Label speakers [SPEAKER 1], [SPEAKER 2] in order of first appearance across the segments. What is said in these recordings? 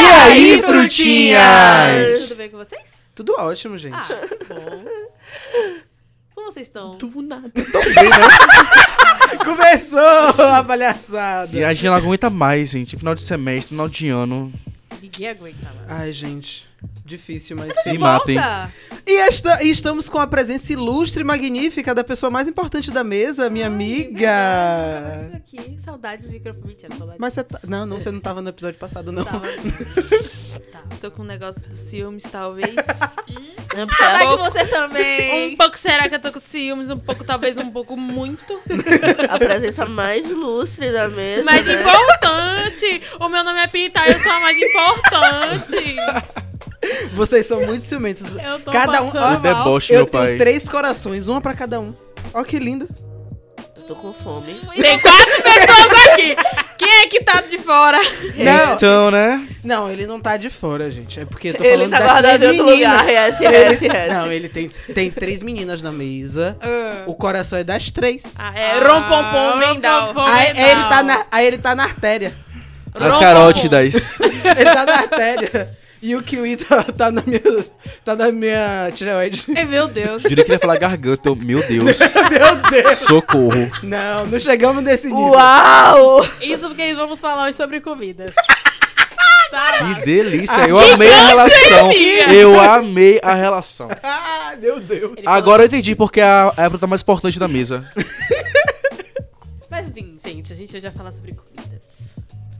[SPEAKER 1] aí, frutinhas?
[SPEAKER 2] Tudo bem com vocês?
[SPEAKER 1] Tudo ótimo, gente.
[SPEAKER 2] Ah, bom. Como vocês estão?
[SPEAKER 3] Do nada.
[SPEAKER 1] Começou a palhaçada.
[SPEAKER 4] E a gente não aguenta mais, gente. Final de semestre, final de ano.
[SPEAKER 2] Ninguém aguenta mais.
[SPEAKER 1] Ai, gente. Difícil, mas
[SPEAKER 4] Me
[SPEAKER 1] feliz.
[SPEAKER 4] matem.
[SPEAKER 2] Volta!
[SPEAKER 1] E, esta- e estamos com a presença ilustre e magnífica da pessoa mais importante da mesa, minha
[SPEAKER 2] Ai, verdade,
[SPEAKER 1] amiga.
[SPEAKER 2] eu tô aqui. Saudades do microfone. Mentira, saudades.
[SPEAKER 1] Mas você tá... Não, não, você não tava no episódio passado, não.
[SPEAKER 2] Tava. Tava.
[SPEAKER 3] Tô com um negócio dos ciúmes, talvez. um,
[SPEAKER 2] Saudade de
[SPEAKER 3] pouco,
[SPEAKER 2] você
[SPEAKER 3] um
[SPEAKER 2] também.
[SPEAKER 3] pouco, será que eu tô com ciúmes? Um pouco, talvez um pouco muito.
[SPEAKER 5] A presença mais ilustre da mesa.
[SPEAKER 3] Mas
[SPEAKER 5] né?
[SPEAKER 3] importante! O meu nome é Pintar, eu sou a mais importante!
[SPEAKER 1] Vocês são muito ciumentos.
[SPEAKER 3] Eu tô
[SPEAKER 1] Cada um-
[SPEAKER 4] O
[SPEAKER 3] passando mal.
[SPEAKER 4] deboche,
[SPEAKER 1] Eu
[SPEAKER 4] meu
[SPEAKER 1] tenho
[SPEAKER 4] pai.
[SPEAKER 1] três corações, uma pra cada um. Ó que lindo.
[SPEAKER 5] Tô com fome.
[SPEAKER 3] Tem quatro pessoas aqui! Quem é que tá de fora?
[SPEAKER 1] Não,
[SPEAKER 4] Então, né?
[SPEAKER 1] não, ele não tá de fora, gente. É porque eu tô falando
[SPEAKER 5] Ele tá
[SPEAKER 1] das
[SPEAKER 5] guardado em
[SPEAKER 1] três
[SPEAKER 5] outro
[SPEAKER 1] meninas.
[SPEAKER 5] lugar. é assim, Yes, yes, yes.
[SPEAKER 1] Não, ele tem, tem três meninas na mesa.
[SPEAKER 2] Ah.
[SPEAKER 1] O coração é das três.
[SPEAKER 3] Ah, é Rompompom Mendal.
[SPEAKER 2] Rompompom
[SPEAKER 1] aí,
[SPEAKER 2] Mendal.
[SPEAKER 1] ele tá na, aí ele tá na artéria.
[SPEAKER 4] As
[SPEAKER 3] Rompompom.
[SPEAKER 4] carótidas.
[SPEAKER 1] Ele tá na artéria. E o Kiwi tá, tá na minha. Tá na minha tireoide.
[SPEAKER 2] Ai, meu Deus.
[SPEAKER 4] Diria que ele ia falar garganta. eu- Meu Deus.
[SPEAKER 1] Meu Deus!
[SPEAKER 4] Socorro.
[SPEAKER 1] Não, não chegamos nesse nível.
[SPEAKER 5] Uau!
[SPEAKER 2] Isso porque vamos falar hoje sobre comidas. Para lá.
[SPEAKER 4] Que delícia. Eu amei a relação.
[SPEAKER 3] amiga.
[SPEAKER 4] Eu amei a relação.
[SPEAKER 1] Ah, meu Deus!
[SPEAKER 4] Agora eu entendi porque é a é a fruta mais importante da mesa.
[SPEAKER 2] Mas enfim, gente, a gente hoje vai falar sobre comidas.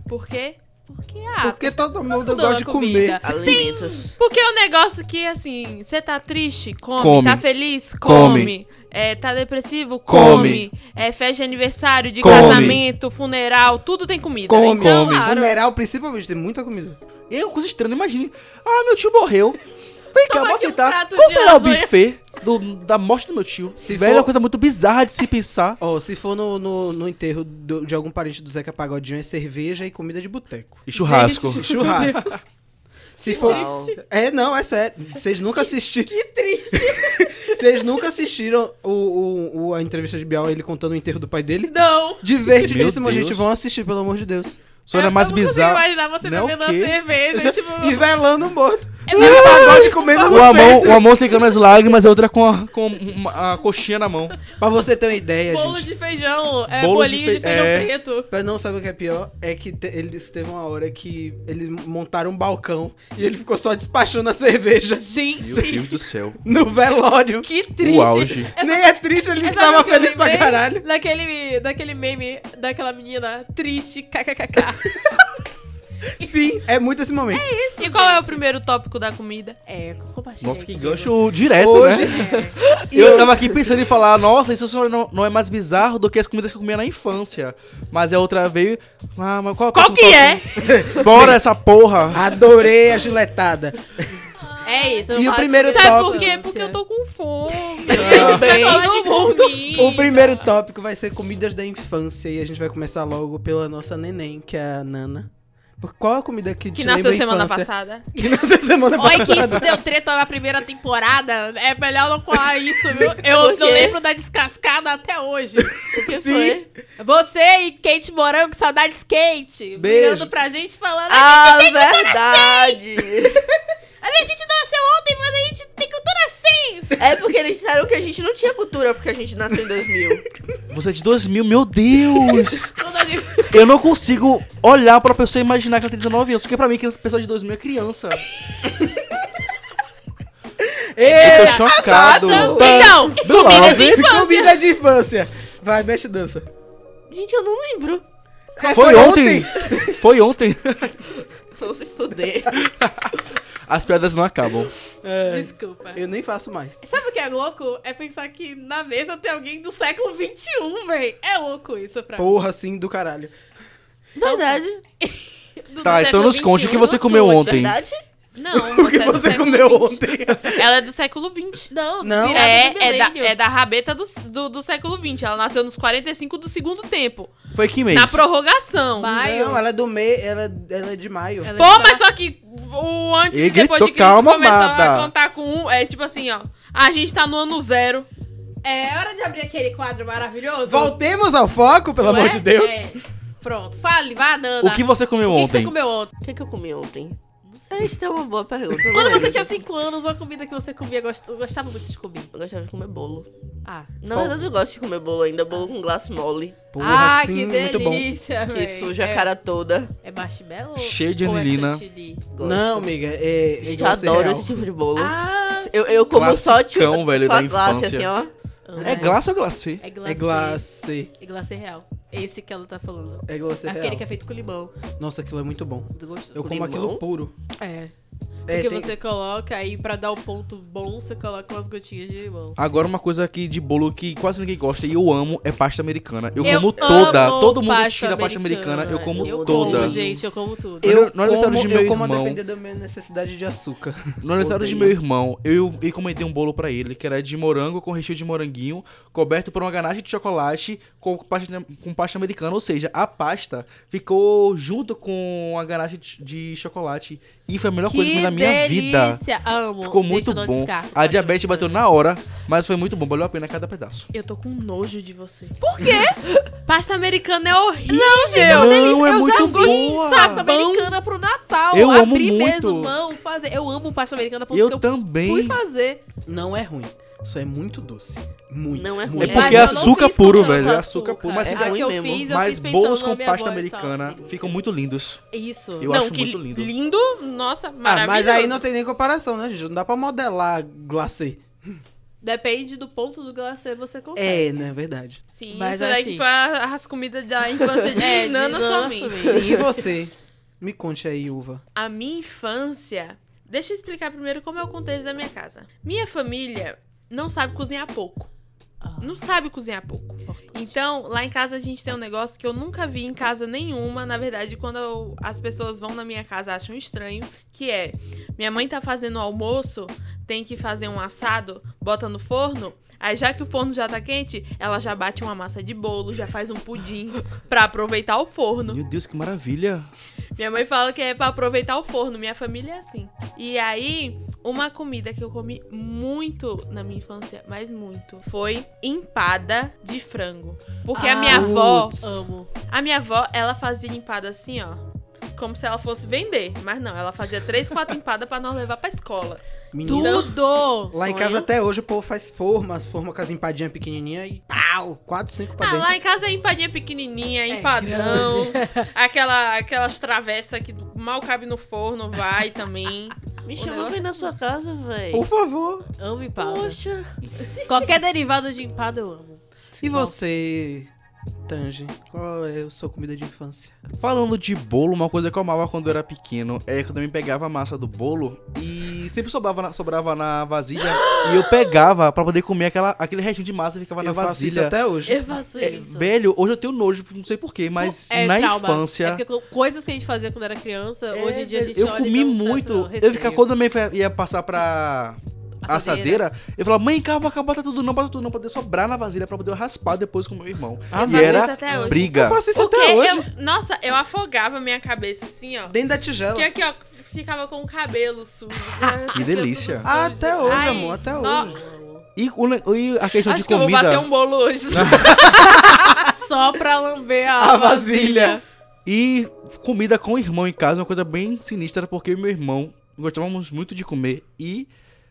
[SPEAKER 3] Por quê?
[SPEAKER 2] Porque,
[SPEAKER 3] tá
[SPEAKER 2] ah,
[SPEAKER 1] Porque todo mundo
[SPEAKER 2] tudo
[SPEAKER 1] gosta
[SPEAKER 2] na
[SPEAKER 1] de
[SPEAKER 2] é comida.
[SPEAKER 1] comer.
[SPEAKER 5] Alimentos.
[SPEAKER 3] Porque é um negócio que, assim, você tá triste, come.
[SPEAKER 4] Come.
[SPEAKER 3] Tá feliz,
[SPEAKER 4] Come.
[SPEAKER 3] come. É, tá depressivo,
[SPEAKER 4] Come.
[SPEAKER 3] come. É, festa de aniversário, de
[SPEAKER 4] Come.
[SPEAKER 3] casamento, funeral, tudo tem comida.
[SPEAKER 1] Come.
[SPEAKER 3] Então,
[SPEAKER 4] Come.
[SPEAKER 3] claro,
[SPEAKER 1] Funeral, principalmente, tem muita comida.
[SPEAKER 4] É uma coisa estranha, imagine. Ah, meu tio morreu. Vem cá,
[SPEAKER 2] Toma
[SPEAKER 4] vou
[SPEAKER 2] aqui um
[SPEAKER 4] aceitar.
[SPEAKER 2] prato
[SPEAKER 4] Qual
[SPEAKER 2] de
[SPEAKER 4] será o
[SPEAKER 2] lasanha.
[SPEAKER 4] buffet do- da morte do meu tio?
[SPEAKER 1] Se
[SPEAKER 4] Velho, é
[SPEAKER 1] for-
[SPEAKER 4] uma coisa muito bizarra de se
[SPEAKER 2] É,
[SPEAKER 4] pensar.
[SPEAKER 1] Ó, se for no, no, no enterro do- de algum parente do Zeca Pagodinho, é cerveja e comida de boteco.
[SPEAKER 4] E churrasco.
[SPEAKER 1] E Churrasco. Se for.
[SPEAKER 5] Uau.
[SPEAKER 1] É, não, é sério. Vocês nunca assistiram.
[SPEAKER 2] que triste.
[SPEAKER 1] Vocês nunca assistiram o, o- o- a entrevista de Bial, ele contando o enterro do pai dele?
[SPEAKER 2] Não. É,
[SPEAKER 1] Divertidíssimo,
[SPEAKER 4] Meu Deus.
[SPEAKER 1] gente. Vão assistir, pelo amor de Deus.
[SPEAKER 4] Só ainda
[SPEAKER 2] Eu
[SPEAKER 4] mais
[SPEAKER 2] não consigo
[SPEAKER 4] bizarro.
[SPEAKER 2] imaginar você
[SPEAKER 4] Não,
[SPEAKER 2] bebendo
[SPEAKER 4] o
[SPEAKER 2] uma
[SPEAKER 4] quê?
[SPEAKER 2] cerveja, tipo...
[SPEAKER 1] E velando o morto.
[SPEAKER 2] É
[SPEAKER 1] E o pagode comendo
[SPEAKER 4] O
[SPEAKER 1] você.
[SPEAKER 4] amor, o amor secando as lágrimas, a outra com a, com uma- a coxinha na mão.
[SPEAKER 1] Pra você ter uma ideia,
[SPEAKER 2] Bolo
[SPEAKER 1] gente.
[SPEAKER 2] de feijão, é
[SPEAKER 4] Bolo de
[SPEAKER 2] bolinho de,
[SPEAKER 4] fe-
[SPEAKER 2] feijão
[SPEAKER 4] é.
[SPEAKER 2] preto.
[SPEAKER 1] Pra não saber o que é pior, é que te- ele disse que teve uma hora que eles montaram um balcão e ele ficou só despachando a cerveja
[SPEAKER 2] Gente,
[SPEAKER 4] do céu.
[SPEAKER 1] no velório.
[SPEAKER 2] que triste.
[SPEAKER 4] O auge.
[SPEAKER 1] Nem é triste, ele
[SPEAKER 2] É, sabe
[SPEAKER 1] estava
[SPEAKER 2] o que eu
[SPEAKER 1] feliz pra
[SPEAKER 2] lembrei?
[SPEAKER 1] caralho.
[SPEAKER 2] Daquele, daquele meme daquela menina triste, kkkk.
[SPEAKER 1] Sim, é muito esse momento.
[SPEAKER 3] E qual é o primeiro tópico da comida?
[SPEAKER 2] É, compartilha.
[SPEAKER 4] Nossa,
[SPEAKER 2] aí
[SPEAKER 4] que
[SPEAKER 2] comigo.
[SPEAKER 4] gancho direto,
[SPEAKER 1] Hoje-
[SPEAKER 4] né?
[SPEAKER 2] É.
[SPEAKER 1] E
[SPEAKER 4] Eu
[SPEAKER 1] eu-
[SPEAKER 4] tava aqui pensando em falar, nossa, isso só não, não é mais bizarro do que as comidas que eu comia na infância. Mas a outra veio. Ah, mas qual,
[SPEAKER 3] Qual que é?
[SPEAKER 4] é? Bora essa porra!
[SPEAKER 1] Adorei a giletada.
[SPEAKER 2] É isso. eu
[SPEAKER 1] E o
[SPEAKER 2] faço
[SPEAKER 1] primeiro
[SPEAKER 2] comida de
[SPEAKER 1] tópico- né?
[SPEAKER 3] Sabe por quê?
[SPEAKER 2] infância.
[SPEAKER 3] Porque eu tô com fome.
[SPEAKER 5] bem.
[SPEAKER 3] Todo mundo.
[SPEAKER 1] O primeiro tópico vai ser comidas da infância e a gente vai começar logo pela nossa neném, que é a Nana. Por- Qual a comida que,
[SPEAKER 3] Que
[SPEAKER 1] te lembra
[SPEAKER 3] nasceu
[SPEAKER 1] a
[SPEAKER 3] semana
[SPEAKER 1] infância?
[SPEAKER 3] passada.
[SPEAKER 1] Que nasceu semana
[SPEAKER 2] Olha
[SPEAKER 1] passada.
[SPEAKER 2] que isso deu treta na primeira temporada. É melhor não falar isso, viu? Eu
[SPEAKER 5] Por quê?
[SPEAKER 2] não lembro da descascada até hoje.
[SPEAKER 5] O que
[SPEAKER 1] Sim.
[SPEAKER 5] foi?
[SPEAKER 2] Você e Kate Morango, saudades Kate.
[SPEAKER 1] Beijo.
[SPEAKER 2] Virando pra gente falando.
[SPEAKER 5] Ah, verdade!
[SPEAKER 2] A gente nasceu ontem, mas a gente tem cultura assim.
[SPEAKER 5] É porque eles disseram que a gente não tinha cultura porque a gente nasceu em 2000.
[SPEAKER 4] Você é de 2000, meu Deus!
[SPEAKER 2] Quando eu digo-
[SPEAKER 4] Eu não consigo olhar pra pessoa e imaginar que ela tem 19 anos, porque pra mim, criança- pessoa de 2000 é criança. Eu tô chocado.
[SPEAKER 3] Então,
[SPEAKER 4] Do
[SPEAKER 3] comida
[SPEAKER 4] lado.
[SPEAKER 3] de infância.
[SPEAKER 1] Comida de infância. Vai, mexe dança.
[SPEAKER 5] Gente, eu não lembro.
[SPEAKER 1] É,
[SPEAKER 4] Foi ontem! Foi ontem!
[SPEAKER 5] Vão se fuder.
[SPEAKER 4] As piadas não acabam.
[SPEAKER 1] É,
[SPEAKER 2] Desculpa.
[SPEAKER 1] eu nem faço mais.
[SPEAKER 2] Sabe o que é louco? É pensar que na mesa tem alguém do século XXI, véi. É louco isso pra mim.
[SPEAKER 1] Porra, sim, do caralho. Então,
[SPEAKER 5] Verdade.
[SPEAKER 2] Do- do
[SPEAKER 4] Tá, então
[SPEAKER 2] século
[SPEAKER 4] nos conte o que
[SPEAKER 2] XXI,
[SPEAKER 4] você
[SPEAKER 2] nos
[SPEAKER 4] comeu
[SPEAKER 2] conte.
[SPEAKER 4] ontem.
[SPEAKER 5] é Verdade?
[SPEAKER 3] Não,
[SPEAKER 1] O que
[SPEAKER 3] é do
[SPEAKER 1] você
[SPEAKER 3] século
[SPEAKER 1] comeu
[SPEAKER 3] XX.
[SPEAKER 1] ontem?
[SPEAKER 3] Ela é do século XX.
[SPEAKER 5] Não,
[SPEAKER 1] Não.
[SPEAKER 5] virada do
[SPEAKER 3] É, é, da,
[SPEAKER 5] milênio.
[SPEAKER 3] é da rabeta do, do, do século XX. Ela nasceu nos 45 do segundo tempo.
[SPEAKER 4] Foi que mês?
[SPEAKER 3] Na prorrogação.
[SPEAKER 2] Maio.
[SPEAKER 1] Não, ela é do meio, ela, ela é de maio.
[SPEAKER 2] Ela
[SPEAKER 3] Pô, mas só que o antes e
[SPEAKER 4] Ele
[SPEAKER 3] depois
[SPEAKER 4] gritou,
[SPEAKER 3] de Cristo
[SPEAKER 4] "Calma,
[SPEAKER 3] começou
[SPEAKER 4] amada."
[SPEAKER 3] a contar com um. É tipo assim, ó. A gente tá no ano zero.
[SPEAKER 2] É hora de abrir aquele quadro maravilhoso.
[SPEAKER 1] Voltemos ao foco, pelo
[SPEAKER 2] Não
[SPEAKER 1] amor
[SPEAKER 2] é?
[SPEAKER 1] de Deus.
[SPEAKER 2] É. Pronto, fale, vá, Nana.
[SPEAKER 4] O que você comeu
[SPEAKER 2] O que que você
[SPEAKER 4] ontem?
[SPEAKER 2] comeu ontem?
[SPEAKER 5] O que, que eu comi ontem?
[SPEAKER 2] Não sei.
[SPEAKER 5] Esta é uma boa pergunta. eu não
[SPEAKER 2] Quando você
[SPEAKER 5] lembro.
[SPEAKER 2] tinha 5 anos, a comida que você comia, gost- eu gostava muito de comer.
[SPEAKER 5] Eu gostava de comer bolo.
[SPEAKER 2] Ah,
[SPEAKER 5] Na
[SPEAKER 4] Bom.
[SPEAKER 5] verdade, eu gosto de comer bolo ainda. Bolo com glass mole.
[SPEAKER 1] Porra,
[SPEAKER 2] ah
[SPEAKER 1] sim,
[SPEAKER 2] que
[SPEAKER 1] muito bom.
[SPEAKER 2] delícia,
[SPEAKER 5] Que
[SPEAKER 2] véi.
[SPEAKER 5] suja
[SPEAKER 2] é,
[SPEAKER 5] a cara toda.
[SPEAKER 2] É marshmallow?
[SPEAKER 4] Cheio de
[SPEAKER 2] ou é
[SPEAKER 4] anilina.
[SPEAKER 2] chantilly?
[SPEAKER 5] Gosto.
[SPEAKER 1] Não, amiga, é.
[SPEAKER 5] Gente, eu
[SPEAKER 1] igual a
[SPEAKER 5] adoro
[SPEAKER 1] cereal.
[SPEAKER 5] esse tipo de bolo.
[SPEAKER 2] Ah,
[SPEAKER 5] eu, eu como só
[SPEAKER 4] Classicão,
[SPEAKER 5] tipo,
[SPEAKER 4] velho,
[SPEAKER 5] só
[SPEAKER 4] da
[SPEAKER 5] glace,
[SPEAKER 4] infância.
[SPEAKER 5] assim, ó.
[SPEAKER 4] É glace ou glacê?
[SPEAKER 2] é glacê.
[SPEAKER 1] É glacê.
[SPEAKER 2] É glacê real. Esse que ela tá falando.
[SPEAKER 1] É glacê
[SPEAKER 2] Aquele
[SPEAKER 1] real.
[SPEAKER 2] que é feito com limão.
[SPEAKER 1] Nossa, aquilo é muito bom.
[SPEAKER 2] Do gosto.
[SPEAKER 1] Eu
[SPEAKER 5] Com
[SPEAKER 1] como
[SPEAKER 5] limão?
[SPEAKER 1] aquilo puro.
[SPEAKER 2] É.
[SPEAKER 1] É,
[SPEAKER 2] Porque
[SPEAKER 1] tem-
[SPEAKER 2] você coloca aí, pra dar o ponto bom, você coloca umas gotinhas de limão.
[SPEAKER 4] Agora uma coisa aqui de bolo que quase ninguém gosta e eu amo é pasta americana. Eu,
[SPEAKER 2] Eu
[SPEAKER 4] como toda,
[SPEAKER 2] amo
[SPEAKER 4] todo mundo
[SPEAKER 2] pasta
[SPEAKER 4] tira a pasta americana, eu como
[SPEAKER 2] eu
[SPEAKER 4] toda.
[SPEAKER 2] Como, gente, eu como tudo.
[SPEAKER 1] Eu
[SPEAKER 4] No aniversário
[SPEAKER 1] como,
[SPEAKER 4] de
[SPEAKER 1] eu
[SPEAKER 4] meu
[SPEAKER 1] como a
[SPEAKER 4] irmão.
[SPEAKER 1] depender da minha necessidade de açúcar.
[SPEAKER 4] No aniversário de
[SPEAKER 1] Odeio.
[SPEAKER 4] meu irmão, eu encomendei um bolo pra ele, que era de morango com recheio de moranguinho, coberto por uma ganache de chocolate com pasta, com pasta americana. Ou seja, a pasta ficou junto com a ganache de, de chocolate. E foi a melhor coisa que eu comi na minha vida.
[SPEAKER 2] delícia. Amo.
[SPEAKER 4] Ficou
[SPEAKER 2] Tipo, Gente,
[SPEAKER 4] muito
[SPEAKER 2] eu não
[SPEAKER 4] bom.
[SPEAKER 2] descarto
[SPEAKER 4] A
[SPEAKER 2] pasta
[SPEAKER 4] diabetes bateu
[SPEAKER 2] americana.
[SPEAKER 4] na hora, mas foi muito bom. Valeu a pena cada pedaço.
[SPEAKER 3] Eu tô com nojo de você.
[SPEAKER 2] Pasta americana é horrível.
[SPEAKER 4] Não,
[SPEAKER 2] delícia.
[SPEAKER 4] é
[SPEAKER 2] eu já gosto
[SPEAKER 4] muito boa.
[SPEAKER 2] de pasta americana pro Natal.
[SPEAKER 4] Eu amo
[SPEAKER 2] Abrir
[SPEAKER 4] muito.
[SPEAKER 2] mesmo mão, fazer. Eu amo pasta americana porque
[SPEAKER 4] Eu
[SPEAKER 2] eu fui
[SPEAKER 4] também.
[SPEAKER 2] fazer.
[SPEAKER 1] Não é ruim. Só é muito doce. Muito.
[SPEAKER 5] Não é ruim.
[SPEAKER 1] muito
[SPEAKER 4] É
[SPEAKER 1] doce.
[SPEAKER 2] Mas
[SPEAKER 4] porque
[SPEAKER 2] eu
[SPEAKER 4] é
[SPEAKER 2] não
[SPEAKER 4] açúcar
[SPEAKER 2] fiz com
[SPEAKER 4] puro,
[SPEAKER 2] tanto
[SPEAKER 4] velho. É açúcar puro, mas
[SPEAKER 2] É,
[SPEAKER 4] fica
[SPEAKER 2] a que eu
[SPEAKER 5] ruim mesmo.
[SPEAKER 2] fiz, eu
[SPEAKER 4] Mas
[SPEAKER 2] fiz pensando
[SPEAKER 4] bolos
[SPEAKER 2] na
[SPEAKER 4] com
[SPEAKER 2] minha
[SPEAKER 4] pasta
[SPEAKER 2] avó e tal.
[SPEAKER 4] americana ficam muito lindos.
[SPEAKER 2] Isso.
[SPEAKER 4] Eu
[SPEAKER 3] não,
[SPEAKER 4] acho
[SPEAKER 3] que
[SPEAKER 4] muito lindo.
[SPEAKER 3] nossa,
[SPEAKER 1] Ah,
[SPEAKER 3] maravilhoso.
[SPEAKER 1] mas aí não tem nem comparação, né, gente? Não dá pra modelar glacê.
[SPEAKER 2] Depende do ponto do glacê você consegue.
[SPEAKER 1] É, né? Verdade.
[SPEAKER 3] Sim,
[SPEAKER 2] Mas
[SPEAKER 3] isso daí
[SPEAKER 2] assim-
[SPEAKER 3] que foi a- as comidas da infância de
[SPEAKER 2] É, de
[SPEAKER 3] Nana
[SPEAKER 2] Nana
[SPEAKER 3] somente.
[SPEAKER 2] somente.
[SPEAKER 1] E você? Me conte aí, Uva.
[SPEAKER 3] A minha infância... Deixa eu explicar primeiro como é o contexto da minha casa. Minha família não sabe cozinhar pouco. Não sabe cozinhar pouco. Então, lá em casa a gente tem um negócio que eu nunca vi em casa nenhuma. Na verdade, quando eu- as pessoas vão na minha casa acham estranho, que é minha mãe tá fazendo almoço, tem que fazer um assado, bota no forno. Aí já que o forno já tá quente, ela já bate uma massa de bolo, já faz um pudim pra aproveitar o forno.
[SPEAKER 4] Meu Deus, que maravilha.
[SPEAKER 3] Minha mãe fala que é pra aproveitar o forno. Minha família é assim. E aí, uma comida que eu comi muito na minha infância, mas muito, foi empada de frango. Porque a minha avó,
[SPEAKER 1] Ah, putz.
[SPEAKER 2] Amo.
[SPEAKER 3] a minha avó, ela fazia empada assim, ó. Como se ela fosse vender. Mas não, ela fazia três, quatro empadas pra nós levar pra escola.
[SPEAKER 1] Menina.
[SPEAKER 2] Tudo!
[SPEAKER 1] Lá em
[SPEAKER 3] Sonho.
[SPEAKER 1] casa até hoje o povo faz formas, forma com as empadinhas pequenininhas e pau! Quatro, cinco pra
[SPEAKER 3] Ah,
[SPEAKER 1] dentro.
[SPEAKER 3] lá em casa é empadinha pequenininha,
[SPEAKER 2] É
[SPEAKER 3] empadão. aquela, aquelas travessas que mal cabe no forno, vai também.
[SPEAKER 5] Me assim.
[SPEAKER 3] O
[SPEAKER 5] chama
[SPEAKER 3] negócio
[SPEAKER 5] pra ir na sua casa,
[SPEAKER 2] É.
[SPEAKER 5] véi.
[SPEAKER 1] Por favor.
[SPEAKER 2] Amo empada.
[SPEAKER 5] Poxa.
[SPEAKER 2] Qualquer derivado de empada eu amo.
[SPEAKER 1] E você, Tange? Qual é a sua comida de infância?
[SPEAKER 4] Falando de bolo, uma coisa que eu amava quando eu era pequeno é quando eu me pegava a massa do bolo e sempre sobrava na, sobrava na vasilha e eu pegava pra poder comer aquela, aquele restinho de massa que ficava na
[SPEAKER 1] eu faço isso
[SPEAKER 4] vasilha.
[SPEAKER 1] até hoje.
[SPEAKER 2] Eu faço
[SPEAKER 4] É,
[SPEAKER 2] isso.
[SPEAKER 4] velho, hoje eu tenho nojo, não sei porquê, mas
[SPEAKER 2] É
[SPEAKER 4] na
[SPEAKER 2] trauma. É
[SPEAKER 4] infância.
[SPEAKER 2] porque co- coisas que a gente fazia quando era criança,
[SPEAKER 4] É,
[SPEAKER 2] hoje em dia a gente
[SPEAKER 4] eu
[SPEAKER 2] olha e
[SPEAKER 4] comi
[SPEAKER 3] um
[SPEAKER 2] não sabe,
[SPEAKER 4] muito.
[SPEAKER 2] não,
[SPEAKER 4] eu
[SPEAKER 2] receio.
[SPEAKER 4] ficava, quando a minha mãe ia passar pra assadeira, eu falava, mãe, calma, calma, bota tudo não, bota tudo não, pra poder sobrar na vasilha pra poder eu raspar depois com o meu irmão.
[SPEAKER 3] Eu
[SPEAKER 4] e
[SPEAKER 3] faço isso
[SPEAKER 4] era
[SPEAKER 3] até hoje.
[SPEAKER 1] Ah, Eu
[SPEAKER 4] briga.
[SPEAKER 1] faço isso
[SPEAKER 3] Porque
[SPEAKER 1] até hoje.
[SPEAKER 3] eu- nossa, eu afogava minha cabeça assim, ó.
[SPEAKER 1] Dentro da tigela.
[SPEAKER 3] Que aqui, ó, ficava com o cabelo sujo. né?
[SPEAKER 4] Que
[SPEAKER 3] é
[SPEAKER 4] delícia.
[SPEAKER 1] Ah, Até hoje, amor, até
[SPEAKER 3] não.
[SPEAKER 1] hoje.
[SPEAKER 4] E, o ne- e a questão
[SPEAKER 3] Acho
[SPEAKER 4] de
[SPEAKER 3] que eu vou
[SPEAKER 4] comida.
[SPEAKER 3] bater um bolo hoje.
[SPEAKER 2] Só pra lamber a,
[SPEAKER 1] A vasilha.
[SPEAKER 4] E comida com o irmão em casa é uma coisa bem sinistra, porque eu e meu irmão gostávamos muito de comer e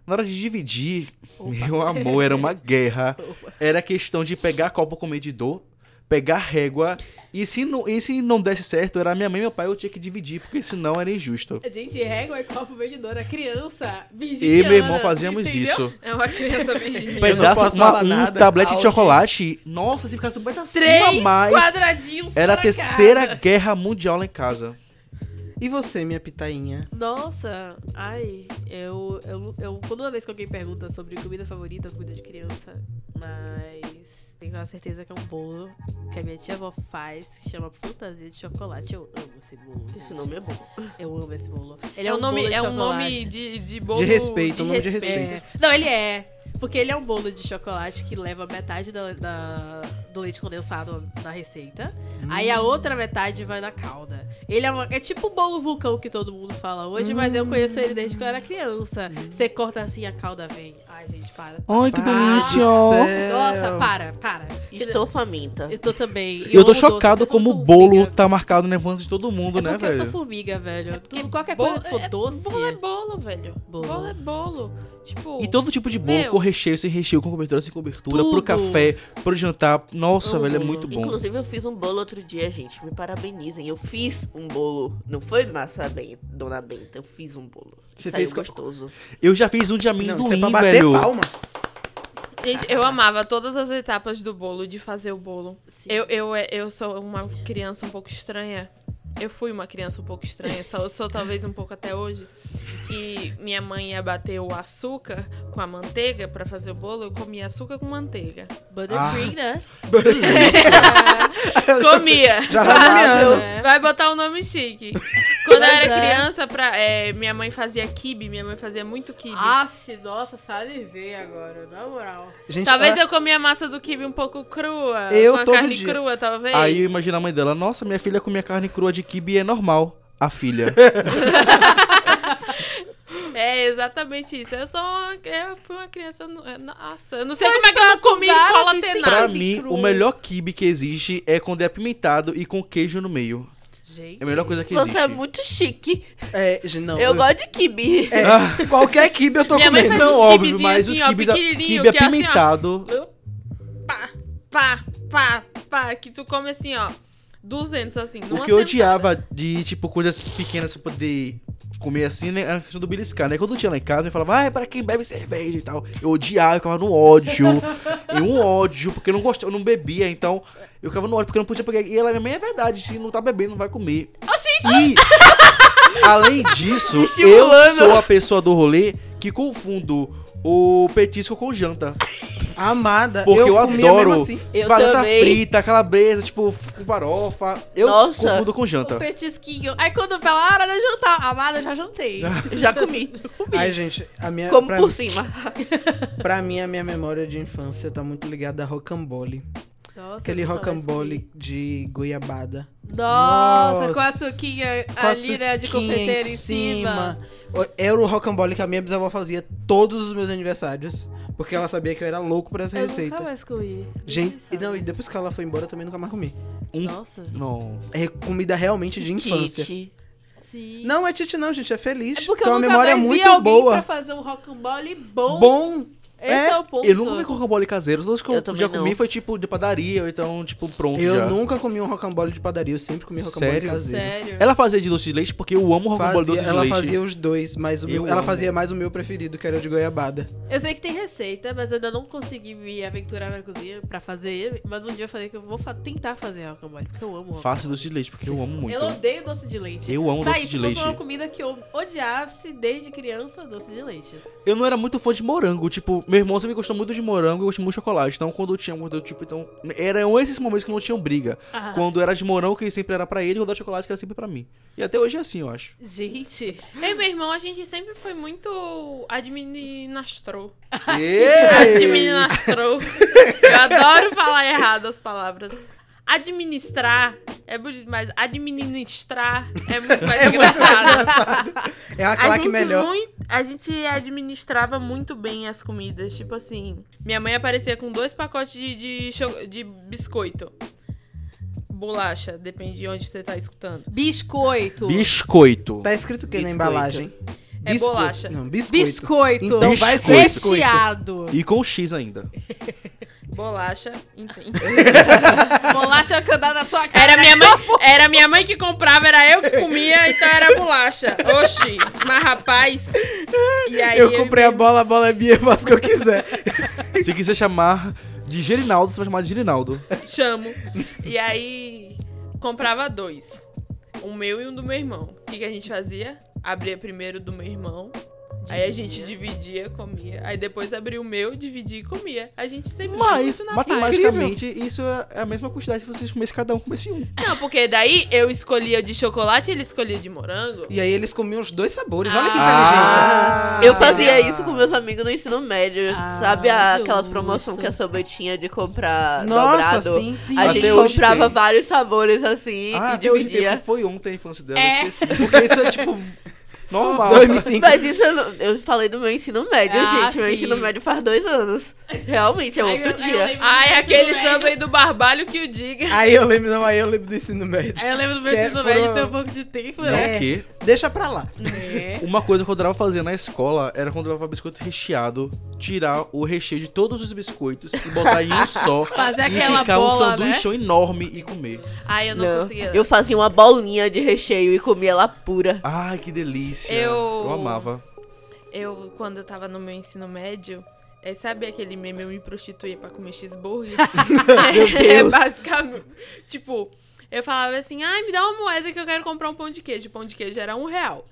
[SPEAKER 4] na hora de dividir, meu amor, era uma guerra. Era questão de pegar copo comedidor, pegar régua, e se não, e se não desse certo, era minha mãe e meu pai, eu tinha que dividir, porque senão era injusto.
[SPEAKER 2] Gente, régua é copo vendedor, a criança.
[SPEAKER 4] E
[SPEAKER 2] virginiana,
[SPEAKER 4] meu irmão fazíamos
[SPEAKER 2] entendeu?
[SPEAKER 4] isso.
[SPEAKER 3] É uma criança virginiana.
[SPEAKER 1] Eu não
[SPEAKER 4] Pedaço,
[SPEAKER 1] posso
[SPEAKER 4] uma,
[SPEAKER 1] falar
[SPEAKER 4] um
[SPEAKER 1] nada.
[SPEAKER 4] tablete de
[SPEAKER 1] Auge.
[SPEAKER 4] chocolate. Nossa, se ficasse um pedacinho a
[SPEAKER 2] Três
[SPEAKER 4] mais.
[SPEAKER 2] quadradinhos.
[SPEAKER 4] Era a
[SPEAKER 2] pra
[SPEAKER 4] terceira guerra mundial lá em casa.
[SPEAKER 1] E você, minha pitainha?
[SPEAKER 2] Nossa, ai, eu, eu, eu. Toda vez que alguém pergunta sobre comida favorita, comida de criança, mas tenho a certeza que é um bolo que a minha tia avó faz, que chama fantasia de chocolate. Eu amo esse bolo.
[SPEAKER 5] Esse
[SPEAKER 2] gente.
[SPEAKER 5] nome é bom.
[SPEAKER 2] Eu amo esse bolo. Ele
[SPEAKER 3] É um nome,
[SPEAKER 2] bolo de
[SPEAKER 3] é um
[SPEAKER 2] chocolate.
[SPEAKER 3] nome de, de bolo.
[SPEAKER 1] De respeito, um nome de
[SPEAKER 2] É. Não, ele é. Porque ele é um bolo de chocolate que leva metade da-
[SPEAKER 4] Hum.
[SPEAKER 2] da- do leite condensado na receita. Aí a outra metade vai na calda. Ele é, uma- é tipo o bolo vulcão que todo mundo fala hoje, mas eu conheço ele desde que eu era criança.
[SPEAKER 4] Hum.
[SPEAKER 2] Você corta assim, a calda vem. Ai, gente, para.
[SPEAKER 4] Ai, que
[SPEAKER 1] Pai do
[SPEAKER 4] delícia! É.
[SPEAKER 1] céu.
[SPEAKER 2] Nossa, para, para.
[SPEAKER 5] Estou faminta.
[SPEAKER 2] Eu tô também.
[SPEAKER 4] Eu tô
[SPEAKER 2] amo doce,
[SPEAKER 4] chocado
[SPEAKER 2] eu sou
[SPEAKER 4] como o
[SPEAKER 2] formiga.
[SPEAKER 4] bolo tá marcado na infância de todo mundo,
[SPEAKER 2] É
[SPEAKER 4] né,
[SPEAKER 2] porque Eu sou
[SPEAKER 4] velho?
[SPEAKER 2] formiga, velho.
[SPEAKER 3] É porque
[SPEAKER 2] qualquer
[SPEAKER 3] bolo-
[SPEAKER 2] coisa que for
[SPEAKER 3] é-
[SPEAKER 2] doce.
[SPEAKER 3] Bolo é bolo, velho.
[SPEAKER 2] Bolo.
[SPEAKER 3] Bolo, é bolo. Tipo.
[SPEAKER 4] E todo tipo de bolo,
[SPEAKER 3] Meu.
[SPEAKER 4] com recheio, sem recheio, com cobertura, sem cobertura,
[SPEAKER 2] Tudo.
[SPEAKER 4] pro café, pro jantar. Nossa,
[SPEAKER 2] Amo
[SPEAKER 4] velho, é
[SPEAKER 2] bolo.
[SPEAKER 4] muito bom.
[SPEAKER 5] Inclusive, eu fiz um bolo outro dia, gente. Me parabenizem. Eu fiz um bolo. Não foi massa, ben, dona Benta. Eu fiz um bolo.
[SPEAKER 1] Você
[SPEAKER 5] Saiu
[SPEAKER 1] fez co-
[SPEAKER 5] gostoso.
[SPEAKER 4] Eu já fiz um de amendoim,
[SPEAKER 1] Não, isso é pra bater
[SPEAKER 4] velho.
[SPEAKER 1] palma.
[SPEAKER 3] Gente, eu amava todas as etapas do bolo, de fazer o bolo.
[SPEAKER 2] Sim.
[SPEAKER 3] Eu, eu, é- eu sou uma criança um pouco estranha. Eu fui uma criança um pouco estranha, só, eu sou talvez um pouco até hoje. Que minha mãe ia bater o açúcar com a manteiga pra fazer o bolo, eu comia açúcar com manteiga.
[SPEAKER 2] Buttercream,
[SPEAKER 4] Ah.
[SPEAKER 2] né?
[SPEAKER 3] Comia!
[SPEAKER 1] Já vai nomeando.
[SPEAKER 2] É.
[SPEAKER 3] Vai botar o nome chique. Quando eu
[SPEAKER 2] Pois
[SPEAKER 3] era
[SPEAKER 2] é.
[SPEAKER 3] criança, pra, é, minha mãe fazia kibe, minha mãe fazia muito kibe.
[SPEAKER 1] Ah,
[SPEAKER 2] Aff, nossa, salivei agora, na moral.
[SPEAKER 1] Gente,
[SPEAKER 3] Talvez
[SPEAKER 1] ah,
[SPEAKER 3] eu comia a massa do kibe um pouco crua.
[SPEAKER 1] Eu
[SPEAKER 3] com a
[SPEAKER 1] todo
[SPEAKER 3] carne
[SPEAKER 1] dia.
[SPEAKER 3] crua,
[SPEAKER 2] É
[SPEAKER 3] talvez.
[SPEAKER 4] Aí eu imagino a mãe dela, nossa, minha filha comia carne crua de kibe e é normal. A filha.
[SPEAKER 3] É exatamente isso. Eu sou uma, eu fui uma criança. no- é, Nossa, eu não sei como é que eu não comi cola
[SPEAKER 2] árabes têm
[SPEAKER 4] pra
[SPEAKER 3] tenaz.
[SPEAKER 4] mim,
[SPEAKER 2] crua.
[SPEAKER 4] o melhor kibe que existe é quando é apimentado e com queijo no meio.
[SPEAKER 2] Gente.
[SPEAKER 4] É a melhor coisa que
[SPEAKER 5] Você
[SPEAKER 4] existe.
[SPEAKER 5] é muito chique.
[SPEAKER 1] é, gente, não.
[SPEAKER 5] eu gosto de kibe.
[SPEAKER 1] É, qualquer kibe eu tô
[SPEAKER 3] Minha mãe
[SPEAKER 1] comendo.
[SPEAKER 3] faz
[SPEAKER 4] Não,
[SPEAKER 3] uns
[SPEAKER 4] óbvio,
[SPEAKER 3] kibizinhos
[SPEAKER 4] mas os
[SPEAKER 3] assim, ó,
[SPEAKER 4] kibes a-
[SPEAKER 3] pequenininho,
[SPEAKER 4] kibe
[SPEAKER 3] que é assim, ó.
[SPEAKER 4] apimentado.
[SPEAKER 3] Pá, pá, pá, pá. Que tu come assim, ó. 200 assim.
[SPEAKER 4] O
[SPEAKER 3] Numa
[SPEAKER 4] que eu
[SPEAKER 3] sentada.
[SPEAKER 4] odiava de, tipo, coisas pequenas pra poder comer assim, né? A questão do beliscar, né? Quando eu tinha lá em casa, eu falava, ah, é pra quem bebe cerveja e tal. Eu odiava, eu ficava no ódio. em um ódio, porque eu não gostava, eu não bebia, então eu ficava no ódio, porque eu não podia pegar. E ela, minha mãe, é verdade, se não tá bebendo, não vai comer. E, além disso, eu
[SPEAKER 5] Estimulando.
[SPEAKER 4] sou a pessoa do rolê que confundo o petisco com janta.
[SPEAKER 2] assim,
[SPEAKER 1] Amada.
[SPEAKER 4] Porque eu,
[SPEAKER 1] comia mesmo
[SPEAKER 4] adoro
[SPEAKER 1] assim.
[SPEAKER 5] Eu
[SPEAKER 4] batata
[SPEAKER 5] também.
[SPEAKER 4] frita, calabresa, tipo, f- com farofa. tá Eu
[SPEAKER 5] Nossa.
[SPEAKER 4] confundo com
[SPEAKER 2] O
[SPEAKER 1] Tá.
[SPEAKER 4] janta.
[SPEAKER 2] Um petisquinho. Aí quando pela hora de jantar, amada, eu já jantei.
[SPEAKER 5] Já comi.
[SPEAKER 1] Ai, gente, a minha,
[SPEAKER 5] Como
[SPEAKER 1] pra,
[SPEAKER 5] por cima.
[SPEAKER 1] pra mim, a minha memória de infância tá muito ligada a rocambole.
[SPEAKER 2] Nossa,
[SPEAKER 1] Aquele
[SPEAKER 2] eu nunca mais
[SPEAKER 1] rocambole de goiabada.
[SPEAKER 2] comi. Nossa, com a
[SPEAKER 1] Nossa.
[SPEAKER 2] suquinha
[SPEAKER 1] com a
[SPEAKER 2] ali, né, de
[SPEAKER 1] suquinha
[SPEAKER 2] confeiteiro em cima.
[SPEAKER 1] O- Era o rocambole que a minha bisavó fazia todos os meus aniversários. Porque ela sabia que eu era louco por essa
[SPEAKER 2] Eu
[SPEAKER 1] receita.
[SPEAKER 2] nunca mais comi.
[SPEAKER 1] Gente, e
[SPEAKER 2] Engraçado.
[SPEAKER 1] não, e depois que ela foi embora, eu também nunca mais comi.
[SPEAKER 2] Nossa,
[SPEAKER 4] Nossa.
[SPEAKER 1] É comida realmente de infância.
[SPEAKER 5] Tite.
[SPEAKER 2] sim.
[SPEAKER 1] Não é tite não, gente, é feliz.
[SPEAKER 2] é porque
[SPEAKER 1] então
[SPEAKER 2] eu
[SPEAKER 1] a
[SPEAKER 2] nunca
[SPEAKER 1] memória é
[SPEAKER 2] mais vi
[SPEAKER 1] muito
[SPEAKER 2] alguém pra
[SPEAKER 1] boa.
[SPEAKER 2] fazer um rocambole bom.
[SPEAKER 1] Bom,
[SPEAKER 2] Esse
[SPEAKER 1] É,
[SPEAKER 2] é, o ponto.
[SPEAKER 4] Eu nunca comi rocambole caseiro. Todos que eu,
[SPEAKER 5] Eu também
[SPEAKER 4] já comi
[SPEAKER 5] não.
[SPEAKER 4] foi tipo de padaria, ou então, tipo, pronto.
[SPEAKER 1] eu
[SPEAKER 4] já.
[SPEAKER 1] nunca comi um rocambole de padaria, eu sempre comi rocambole
[SPEAKER 4] Sério?
[SPEAKER 1] caseiro.
[SPEAKER 2] Sério.
[SPEAKER 4] Ela fazia de doce de leite porque eu amo rocambole
[SPEAKER 1] Fazia-
[SPEAKER 4] doce de
[SPEAKER 1] ela
[SPEAKER 4] leite.
[SPEAKER 1] fazia os dois, mas o
[SPEAKER 4] Eu
[SPEAKER 1] meu- ela
[SPEAKER 4] amo.
[SPEAKER 1] fazia mais o meu preferido, que era o de goiabada.
[SPEAKER 2] Eu sei que tem receita, mas eu ainda não consegui me aventurar na cozinha pra fazer ele. Mas um dia eu falei que eu vou fa- tentar fazer rocambole, porque eu amo rocambole.
[SPEAKER 4] Faço doce de leite porque eu amo muito.
[SPEAKER 2] Eu
[SPEAKER 1] né?
[SPEAKER 2] odeio doce de leite.
[SPEAKER 4] Eu amo
[SPEAKER 2] tá,
[SPEAKER 4] Um doce
[SPEAKER 2] isso
[SPEAKER 4] de
[SPEAKER 2] não foi
[SPEAKER 4] leite.
[SPEAKER 2] uma comida que eu odiasse desde criança, doce de leite.
[SPEAKER 4] Eu não era muito fã de morango. Tipo, meu irmão sempre gostou muito de morango e gostou muito de chocolate. Então, quando eu tinha muito, tipo, então. Eram esses momentos que não tinham briga. Quando era de morango, que sempre era pra ele, e quando era de chocolate, que era sempre pra mim. E até hoje é assim, eu acho.
[SPEAKER 2] Gente,
[SPEAKER 3] Eu e meu irmão, a gente sempre foi muito administrou. É.
[SPEAKER 4] Ei!
[SPEAKER 3] Administrou. Eu adoro falar errado as palavras. Administrar é bonito, mas administrar é muito mais engraçado.
[SPEAKER 1] É a
[SPEAKER 3] A
[SPEAKER 1] claque
[SPEAKER 3] gente,
[SPEAKER 1] melhor.
[SPEAKER 3] mui- a gente administrava muito bem as comidas. Tipo assim, minha mãe aparecia com dois pacotes de, de, cho- de biscoito. Bolacha, depende de onde você tá escutando.
[SPEAKER 2] biscoito.
[SPEAKER 4] Biscoito.
[SPEAKER 1] Tá escrito o que na
[SPEAKER 4] Biscoito.
[SPEAKER 1] embalagem?
[SPEAKER 3] É
[SPEAKER 1] Bisco-
[SPEAKER 3] bolacha.
[SPEAKER 1] Não, biscoito.
[SPEAKER 2] Biscoito.
[SPEAKER 1] Então vai ser
[SPEAKER 4] Biscoito.
[SPEAKER 2] recheado.
[SPEAKER 4] E com X ainda.
[SPEAKER 3] Bolacha, enfim.
[SPEAKER 2] Bolacha que eu dar na sua cara.
[SPEAKER 3] Era minha, mãe, era minha mãe que comprava, era eu que comia, então era bolacha. Oxi, mas rapaz. E aí
[SPEAKER 1] eu comprei a
[SPEAKER 3] me-
[SPEAKER 1] bola, a bola é minha, faço o que eu quiser.
[SPEAKER 4] Se quiser chamar de Gerinaldo, você vai chamar de Gerinaldo.
[SPEAKER 3] Chamo. E aí comprava dois: um meu e um do meu irmão. O que, que a gente fazia? Abria primeiro do meu irmão, Aí a gente dividia, comia. Aí depois abria o meu, dividia e comia. A gente sempre
[SPEAKER 4] Mas,
[SPEAKER 3] isso é na paz.
[SPEAKER 4] matematicamente, isso é a mesma quantidade se vocês comessem cada um comesse um.
[SPEAKER 3] Não, porque daí eu escolhia o de chocolate e ele escolhia o de morango.
[SPEAKER 1] E aí eles comiam os dois sabores. Olha que inteligência. né?
[SPEAKER 5] Ah,
[SPEAKER 2] Ah,
[SPEAKER 5] eu fazia
[SPEAKER 1] é.
[SPEAKER 5] isso com meus amigos no ensino médio.
[SPEAKER 2] Ah,
[SPEAKER 5] sabe a- aquelas
[SPEAKER 2] justo.
[SPEAKER 5] promoções que a Subway tinha de comprar
[SPEAKER 1] Nossa,
[SPEAKER 5] dobrado?
[SPEAKER 1] sim, sim.
[SPEAKER 5] A
[SPEAKER 4] Até
[SPEAKER 5] gente
[SPEAKER 4] hoje
[SPEAKER 5] comprava
[SPEAKER 4] tem.
[SPEAKER 5] vários sabores assim
[SPEAKER 4] Ah,
[SPEAKER 5] e
[SPEAKER 4] eu entendi
[SPEAKER 5] dividia.
[SPEAKER 4] porque foi ontem a infância dela,
[SPEAKER 3] É.
[SPEAKER 4] eu esqueci. Porque isso é tipo normal.
[SPEAKER 1] 2005.
[SPEAKER 5] Mas isso eu, não- eu falei do meu ensino médio,
[SPEAKER 2] Ah,
[SPEAKER 5] gente. Meu
[SPEAKER 2] sim.
[SPEAKER 5] ensino médio faz dois anos. Realmente, é
[SPEAKER 2] Aí
[SPEAKER 5] outro
[SPEAKER 2] eu- aí eu
[SPEAKER 5] dia.
[SPEAKER 2] lembro do
[SPEAKER 3] Ai, é.
[SPEAKER 2] ensino
[SPEAKER 3] aquele
[SPEAKER 2] médio.
[SPEAKER 3] samba aí do barbalho que o diga.
[SPEAKER 1] Aí eu lembro, não, aí eu lembro do ensino médio.
[SPEAKER 2] Aí eu lembro do meu
[SPEAKER 1] Que
[SPEAKER 2] ensino
[SPEAKER 1] foram-
[SPEAKER 2] médio, tem um pouco de tempo,
[SPEAKER 4] Não
[SPEAKER 2] né?
[SPEAKER 1] É.
[SPEAKER 4] que
[SPEAKER 1] Deixa pra lá.
[SPEAKER 2] É.
[SPEAKER 4] Uma coisa que eu adorava fazer na escola era quando eu levava biscoito recheado, tirar o recheio de todos os biscoitos e botar em um só.
[SPEAKER 2] Fazer
[SPEAKER 4] e
[SPEAKER 2] aquela
[SPEAKER 4] ficar um
[SPEAKER 2] bola, né?
[SPEAKER 4] sanduichão enorme e comer.
[SPEAKER 3] Ai, eu não,
[SPEAKER 5] Não,
[SPEAKER 3] conseguia.
[SPEAKER 5] eu fazia uma bolinha de recheio e comia ela pura.
[SPEAKER 4] Ai, que delícia.
[SPEAKER 3] Eu-
[SPEAKER 4] amava.
[SPEAKER 3] Eu, quando eu tava no meu ensino médio, é, sabe aquele meme eu me prostituía pra comer cheeseburger?
[SPEAKER 5] Meu Deus.
[SPEAKER 3] É basicamente. Tipo, eu falava assim, ai, me dá uma moeda que eu quero comprar um pão de queijo. O pão de queijo era um real.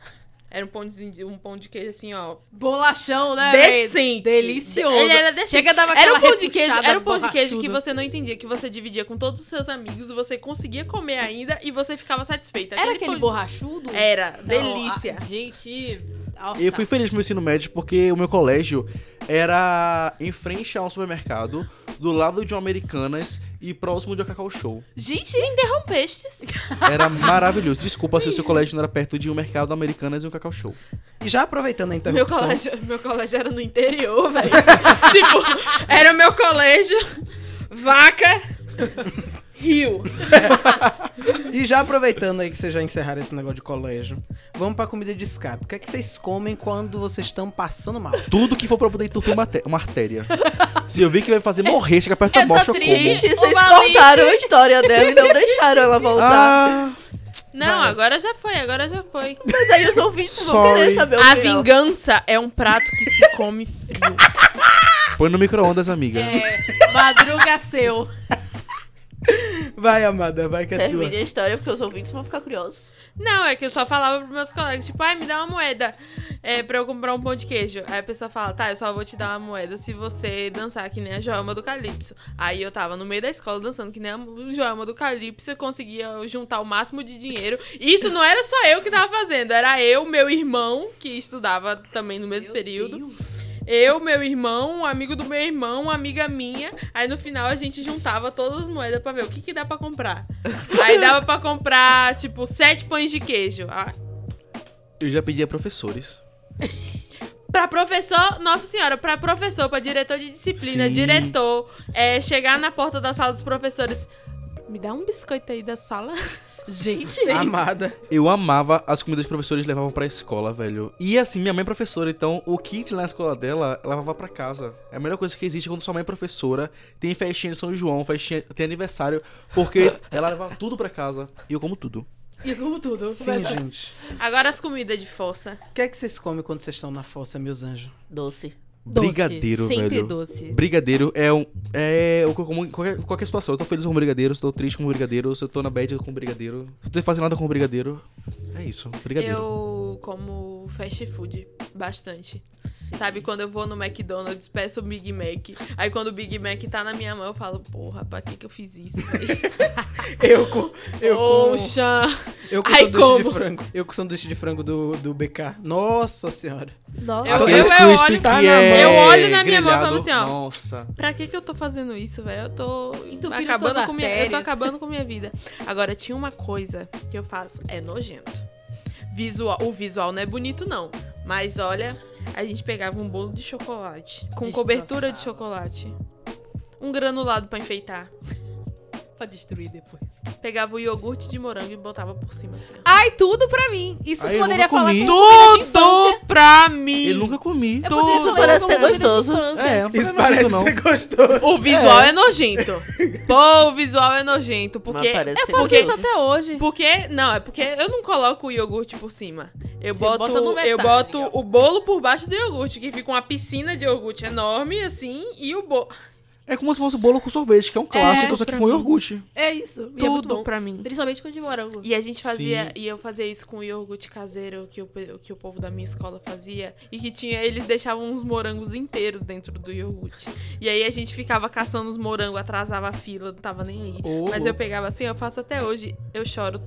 [SPEAKER 3] Era um pão de, um pão de queijo assim, ó.
[SPEAKER 2] Bolachão, né? velho?
[SPEAKER 3] Decente.
[SPEAKER 2] Delicioso.
[SPEAKER 3] Ele era decente.
[SPEAKER 2] Chega, dava
[SPEAKER 3] Era um
[SPEAKER 2] aquela
[SPEAKER 3] pão de queijo,
[SPEAKER 2] repuxada
[SPEAKER 3] era um pão de queijo que
[SPEAKER 2] borrachuda.
[SPEAKER 3] você não entendia, que você dividia com todos os seus amigos, você conseguia comer ainda e você ficava satisfeita.
[SPEAKER 2] Era aquele
[SPEAKER 3] pão
[SPEAKER 2] borrachudo?
[SPEAKER 3] de... Era,
[SPEAKER 2] Não,
[SPEAKER 3] delícia.
[SPEAKER 2] a- gente, nossa.
[SPEAKER 4] Eu fui feliz no meu ensino médio porque o meu colégio era em frente a um supermercado, do lado de um Americanas e próximo de um Cacau Show.
[SPEAKER 2] Gente, interrompeste.
[SPEAKER 4] Era maravilhoso. Desculpa se o seu colégio não era perto de um mercado Americanas e um Cacau Show.
[SPEAKER 1] E já aproveitando a
[SPEAKER 3] Meu
[SPEAKER 1] interrupção.
[SPEAKER 3] colégio, meu colégio era no interior, velho. tipo, era o meu colégio, vaca, rio.
[SPEAKER 1] E já aproveitando aí que vocês já encerraram esse negócio de colégio, vamos pra comida de escape. O que é que vocês comem quando vocês estão passando mal?
[SPEAKER 4] Tudo que for pra poder entupir uma, te- uma artéria. Se eu ver que vai fazer morrer, chegar perto da
[SPEAKER 2] Eu tô
[SPEAKER 4] morte, eu como.
[SPEAKER 2] triste.
[SPEAKER 5] Gente,
[SPEAKER 2] O
[SPEAKER 5] vocês
[SPEAKER 2] Valente-
[SPEAKER 5] cortaram a história dela e não deixaram ela voltar.
[SPEAKER 4] Ah,
[SPEAKER 3] Não,
[SPEAKER 1] Vai.
[SPEAKER 3] agora já foi, agora já foi.
[SPEAKER 5] Mas aí os ouvintes vão
[SPEAKER 4] Sorry.
[SPEAKER 5] querer saber o
[SPEAKER 3] A
[SPEAKER 5] final.
[SPEAKER 3] vingança é um prato que se come frio.
[SPEAKER 4] põe no micro-ondas, amiga.
[SPEAKER 2] É, madruga seu.
[SPEAKER 1] Vai, amada, vai que é tua.
[SPEAKER 5] Termine a história porque os ouvintes vão ficar curiosos.
[SPEAKER 3] Não, é que eu só falava pros meus colegas, tipo, ai, me dá uma moeda é, pra eu comprar um pão de queijo. Aí a pessoa fala, tá, eu só vou te dar uma moeda se você dançar que nem a Joelma do Calypso. Aí eu tava no meio da escola dançando que nem a Joelma do Calypso, eu conseguia juntar o máximo de dinheiro. E Isso não era só eu que tava fazendo, era eu, meu irmão, que estudava também no mesmo período. Eu, meu irmão, um amigo do meu irmão, uma amiga minha. Aí no final a gente juntava todas as moedas pra ver o que, que dá pra comprar. Aí dava pra comprar, tipo, sete pães de queijo. Ah,
[SPEAKER 4] Eu já pedi a professores.
[SPEAKER 3] Pra professor, nossa senhora, pra professor, pra diretor de disciplina,
[SPEAKER 4] Sim.
[SPEAKER 3] diretor, é, chegar na porta da sala dos professores. Me dá um biscoito aí da sala.
[SPEAKER 2] Gente,
[SPEAKER 1] Amada.
[SPEAKER 4] Eu amava as comidas que os professores levavam pra escola, velho. E assim, minha mãe é professora, então o kit lá na escola dela, ela levava pra casa. É a melhor coisa que existe quando sua mãe é professora, tem festinha de São João, festinha, tem aniversário, porque ela leva tudo pra casa. E eu como tudo.
[SPEAKER 2] eu como tudo.
[SPEAKER 1] Sim, gente.
[SPEAKER 3] Agora as comidas de força.
[SPEAKER 1] O que é que vocês comem quando vocês estão na fossa, meus anjos?
[SPEAKER 5] Doce.
[SPEAKER 2] Doce,
[SPEAKER 4] brigadeiro,
[SPEAKER 2] sempre
[SPEAKER 4] velho.
[SPEAKER 2] doce.
[SPEAKER 4] Brigadeiro é um. É o que eu como em qualquer, qualquer situação. Eu tô feliz com brigadeiro, se eu tô triste com brigadeiro, se eu tô na bad com brigadeiro. Se eu tô fazendo nada com brigadeiro. É isso, brigadeiro.
[SPEAKER 3] Eu como fast food bastante. Sabe, quando eu vou no McDonald's, peço o Big Mac. Aí quando o Big Mac tá na minha mão, eu falo, porra, pra que que eu fiz isso? véi?"
[SPEAKER 1] Eu com. Eu com.
[SPEAKER 4] Oh.
[SPEAKER 3] Poxa!
[SPEAKER 1] Eu com
[SPEAKER 3] Ai,
[SPEAKER 1] sanduíche de
[SPEAKER 3] como?
[SPEAKER 1] frango. Eu com sanduíche de frango do, do BK. Nossa senhora.
[SPEAKER 5] Nossa.
[SPEAKER 3] Eu-
[SPEAKER 4] Aqueles
[SPEAKER 3] eu- eu
[SPEAKER 4] crisp
[SPEAKER 3] olho-
[SPEAKER 4] que
[SPEAKER 1] tá na
[SPEAKER 4] é
[SPEAKER 3] mão. Eu olho na minha mão e falo
[SPEAKER 4] grelhado.
[SPEAKER 3] assim, ó.
[SPEAKER 4] Nossa.
[SPEAKER 3] Pra que que eu tô fazendo isso, velho? Eu tô
[SPEAKER 2] Entupindo
[SPEAKER 3] acabando
[SPEAKER 2] suas
[SPEAKER 3] com minha, eu tô
[SPEAKER 2] artérias.
[SPEAKER 3] acabando com minha vida. Agora tinha uma coisa que eu faço, é nojento. Visual, o visual não é bonito não, mas olha, a gente pegava um bolo de chocolate com cobertura de chocolate. Um granulado pra enfeitar.
[SPEAKER 2] Pra destruir depois.
[SPEAKER 3] Pegava o iogurte de morango e botava por cima assim. ó.
[SPEAKER 2] Ai, tudo pra mim. Isso
[SPEAKER 4] Ai,
[SPEAKER 2] você
[SPEAKER 4] eu
[SPEAKER 2] poderia
[SPEAKER 4] nunca
[SPEAKER 2] falar
[SPEAKER 4] comi.
[SPEAKER 2] com comida de infância.
[SPEAKER 3] Tudo pra mim.
[SPEAKER 4] Eu nunca comi.
[SPEAKER 2] Eu poderia
[SPEAKER 3] Tudo.
[SPEAKER 2] falar
[SPEAKER 5] Parece
[SPEAKER 2] com
[SPEAKER 5] ser
[SPEAKER 2] comida de
[SPEAKER 5] gostoso.
[SPEAKER 2] infância.
[SPEAKER 4] É, não
[SPEAKER 1] Isso
[SPEAKER 4] é
[SPEAKER 1] parece
[SPEAKER 4] muito, não.
[SPEAKER 1] ser gostoso.
[SPEAKER 3] O visual é, nojento. Pô, o visual é nojento porque
[SPEAKER 5] Mas parece
[SPEAKER 2] Eu
[SPEAKER 5] ser
[SPEAKER 2] faço
[SPEAKER 5] gostoso.
[SPEAKER 2] isso até hoje.
[SPEAKER 3] Porque, não, é porque eu não coloco o iogurte por cima. Eu
[SPEAKER 2] Você
[SPEAKER 3] boto,
[SPEAKER 2] bota no metade,
[SPEAKER 3] eu boto
[SPEAKER 2] legal.
[SPEAKER 3] o bolo por baixo do iogurte, que fica uma piscina de iogurte enorme, assim, e o bolo.
[SPEAKER 4] É como se fosse bolo com sorvete, que é um clássico, só que
[SPEAKER 3] pra
[SPEAKER 4] com
[SPEAKER 3] mim.
[SPEAKER 4] iogurte.
[SPEAKER 3] É isso. Tudo. E é muito
[SPEAKER 2] Tudo.
[SPEAKER 3] bom pra mim.
[SPEAKER 2] Principalmente com o de morango.
[SPEAKER 3] E a gente fazia,
[SPEAKER 4] Sim.
[SPEAKER 3] e eu fazia isso com o iogurte caseiro que o, pe- que o povo da minha escola fazia. E que tinha, eles deixavam uns morangos inteiros dentro do iogurte. E aí a gente ficava caçando os morangos, atrasava a fila, não tava nem aí.
[SPEAKER 1] Ô,
[SPEAKER 3] Mas
[SPEAKER 1] louco.
[SPEAKER 3] eu pegava assim, eu faço até hoje, eu choro.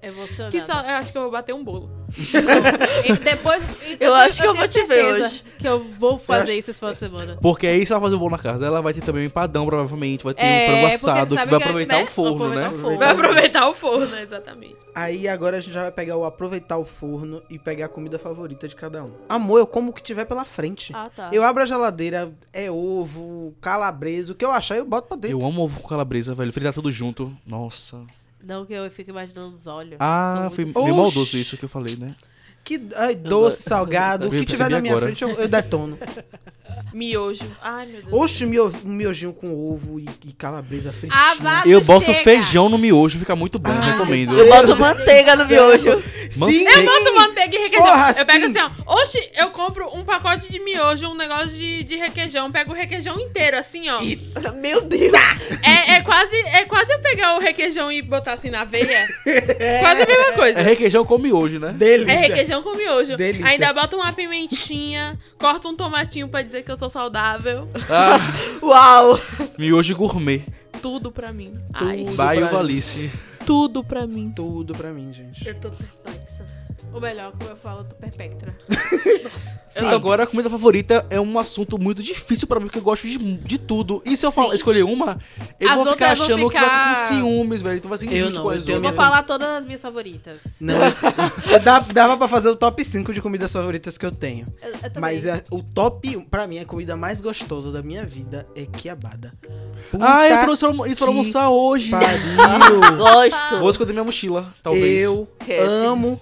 [SPEAKER 2] Emocionada.
[SPEAKER 3] Que só, eu acho que eu vou bater um bolo.
[SPEAKER 2] E depois, e depois
[SPEAKER 5] acho que eu vou
[SPEAKER 2] tenho
[SPEAKER 5] te ver
[SPEAKER 2] certeza Que eu vou fazer isso esse final de semana.
[SPEAKER 4] Porque aí, se ela fazer o bolo na casa dela, vai ter também um empadão, provavelmente. Vai ter
[SPEAKER 2] É,
[SPEAKER 4] um frango
[SPEAKER 2] porque sabe
[SPEAKER 4] assado, que vai
[SPEAKER 2] que é,
[SPEAKER 4] aproveitar
[SPEAKER 2] né?
[SPEAKER 4] o forno,
[SPEAKER 2] Vai aproveitar o
[SPEAKER 4] né?
[SPEAKER 2] forno.
[SPEAKER 3] Vai aproveitar o forno, exatamente.
[SPEAKER 1] Aí agora a gente já vai pegar o aproveitar o forno e pegar a comida favorita de cada um. Amor, eu como o que tiver pela frente.
[SPEAKER 2] Ah, tá.
[SPEAKER 1] Eu abro a geladeira, é ovo, calabresa, o que eu achar eu boto pra dentro.
[SPEAKER 4] Eu amo ovo com calabresa, velho. Fritar tudo junto. Nossa.
[SPEAKER 2] Não que eu fico imaginando os olhos. Sou
[SPEAKER 4] Ah,
[SPEAKER 2] muito
[SPEAKER 4] foi
[SPEAKER 2] fã.
[SPEAKER 1] fã.
[SPEAKER 4] meio maldoso
[SPEAKER 1] Oxi.
[SPEAKER 4] isso que eu falei, né?
[SPEAKER 1] Que ai, doce, salgado, o
[SPEAKER 4] Eu
[SPEAKER 1] que tiver
[SPEAKER 4] percebi
[SPEAKER 1] na minha
[SPEAKER 4] agora.
[SPEAKER 1] frente eu, eu detono.
[SPEAKER 3] Miojo. Ai, meu Deus.
[SPEAKER 1] Oxe, mio- um miojinho com ovo e, e calabresa fritinha.
[SPEAKER 2] Ah, vá,
[SPEAKER 4] Eu
[SPEAKER 2] se
[SPEAKER 4] boto
[SPEAKER 2] chega.
[SPEAKER 4] feijão no miojo, fica muito bom,
[SPEAKER 1] Ai,
[SPEAKER 4] recomendo.
[SPEAKER 5] Eu boto manteiga no miojo.
[SPEAKER 1] Sim,
[SPEAKER 4] Eu
[SPEAKER 3] Boto manteiga e requeijão.
[SPEAKER 1] Porra,
[SPEAKER 3] eu pego
[SPEAKER 1] sim.
[SPEAKER 3] assim, ó. Oxe, eu compro um pacote de miojo, um negócio de, de requeijão. Pego o requeijão inteiro, assim, ó.
[SPEAKER 5] Meu Deus.
[SPEAKER 3] É, é quase, é quase eu pegar o requeijão e botar assim na veia. Quase a mesma coisa.
[SPEAKER 4] É requeijão com miojo, né?
[SPEAKER 1] delícia.
[SPEAKER 3] É requeijão com miojo.
[SPEAKER 1] Delícia.
[SPEAKER 3] Ainda bota uma pimentinha, corta um tomatinho pra dizer que eu sou saudável.
[SPEAKER 4] Ah,
[SPEAKER 5] Uau.
[SPEAKER 4] miojo gourmet.
[SPEAKER 3] Tudo pra mim. Ai,
[SPEAKER 1] Tudo
[SPEAKER 4] Vai
[SPEAKER 1] pra-
[SPEAKER 4] o Alice.
[SPEAKER 3] tudo pra mim.
[SPEAKER 1] Tudo pra mim, gente.
[SPEAKER 2] Eu tô perplexa. Ou melhor, é como eu falo, eu tô perpectra.
[SPEAKER 4] Eu- Agora, a comida favorita é um assunto muito difícil pra mim, porque eu gosto de, de tudo. E se eu falar, escolher uma, eu
[SPEAKER 2] As
[SPEAKER 4] vou ficar
[SPEAKER 2] outras vão
[SPEAKER 4] achando que vai
[SPEAKER 2] ficar-
[SPEAKER 4] com ciúmes, velho. Então vai ser
[SPEAKER 1] Eu
[SPEAKER 4] injusto
[SPEAKER 1] não,
[SPEAKER 4] com
[SPEAKER 1] eu
[SPEAKER 4] as
[SPEAKER 1] tenho
[SPEAKER 2] Eu vou
[SPEAKER 4] outras.
[SPEAKER 1] minha-
[SPEAKER 2] falar todas as minhas favoritas.
[SPEAKER 1] Não, eu- eu dava, dava pra fazer o top 5 de comidas favoritas que eu tenho.
[SPEAKER 2] Eu, eu também.
[SPEAKER 1] Mas é a- o top, um, pra mim, a comida mais gostosa da minha vida é quiabada.
[SPEAKER 4] Ah, eu
[SPEAKER 1] Puta
[SPEAKER 4] trouxe pra almo- isso pra
[SPEAKER 1] que
[SPEAKER 4] almoçar hoje.
[SPEAKER 1] Pariu.
[SPEAKER 5] Gosto.
[SPEAKER 4] Vou esconder minha mochila, talvez.
[SPEAKER 1] Eu
[SPEAKER 5] É, sim.
[SPEAKER 1] amo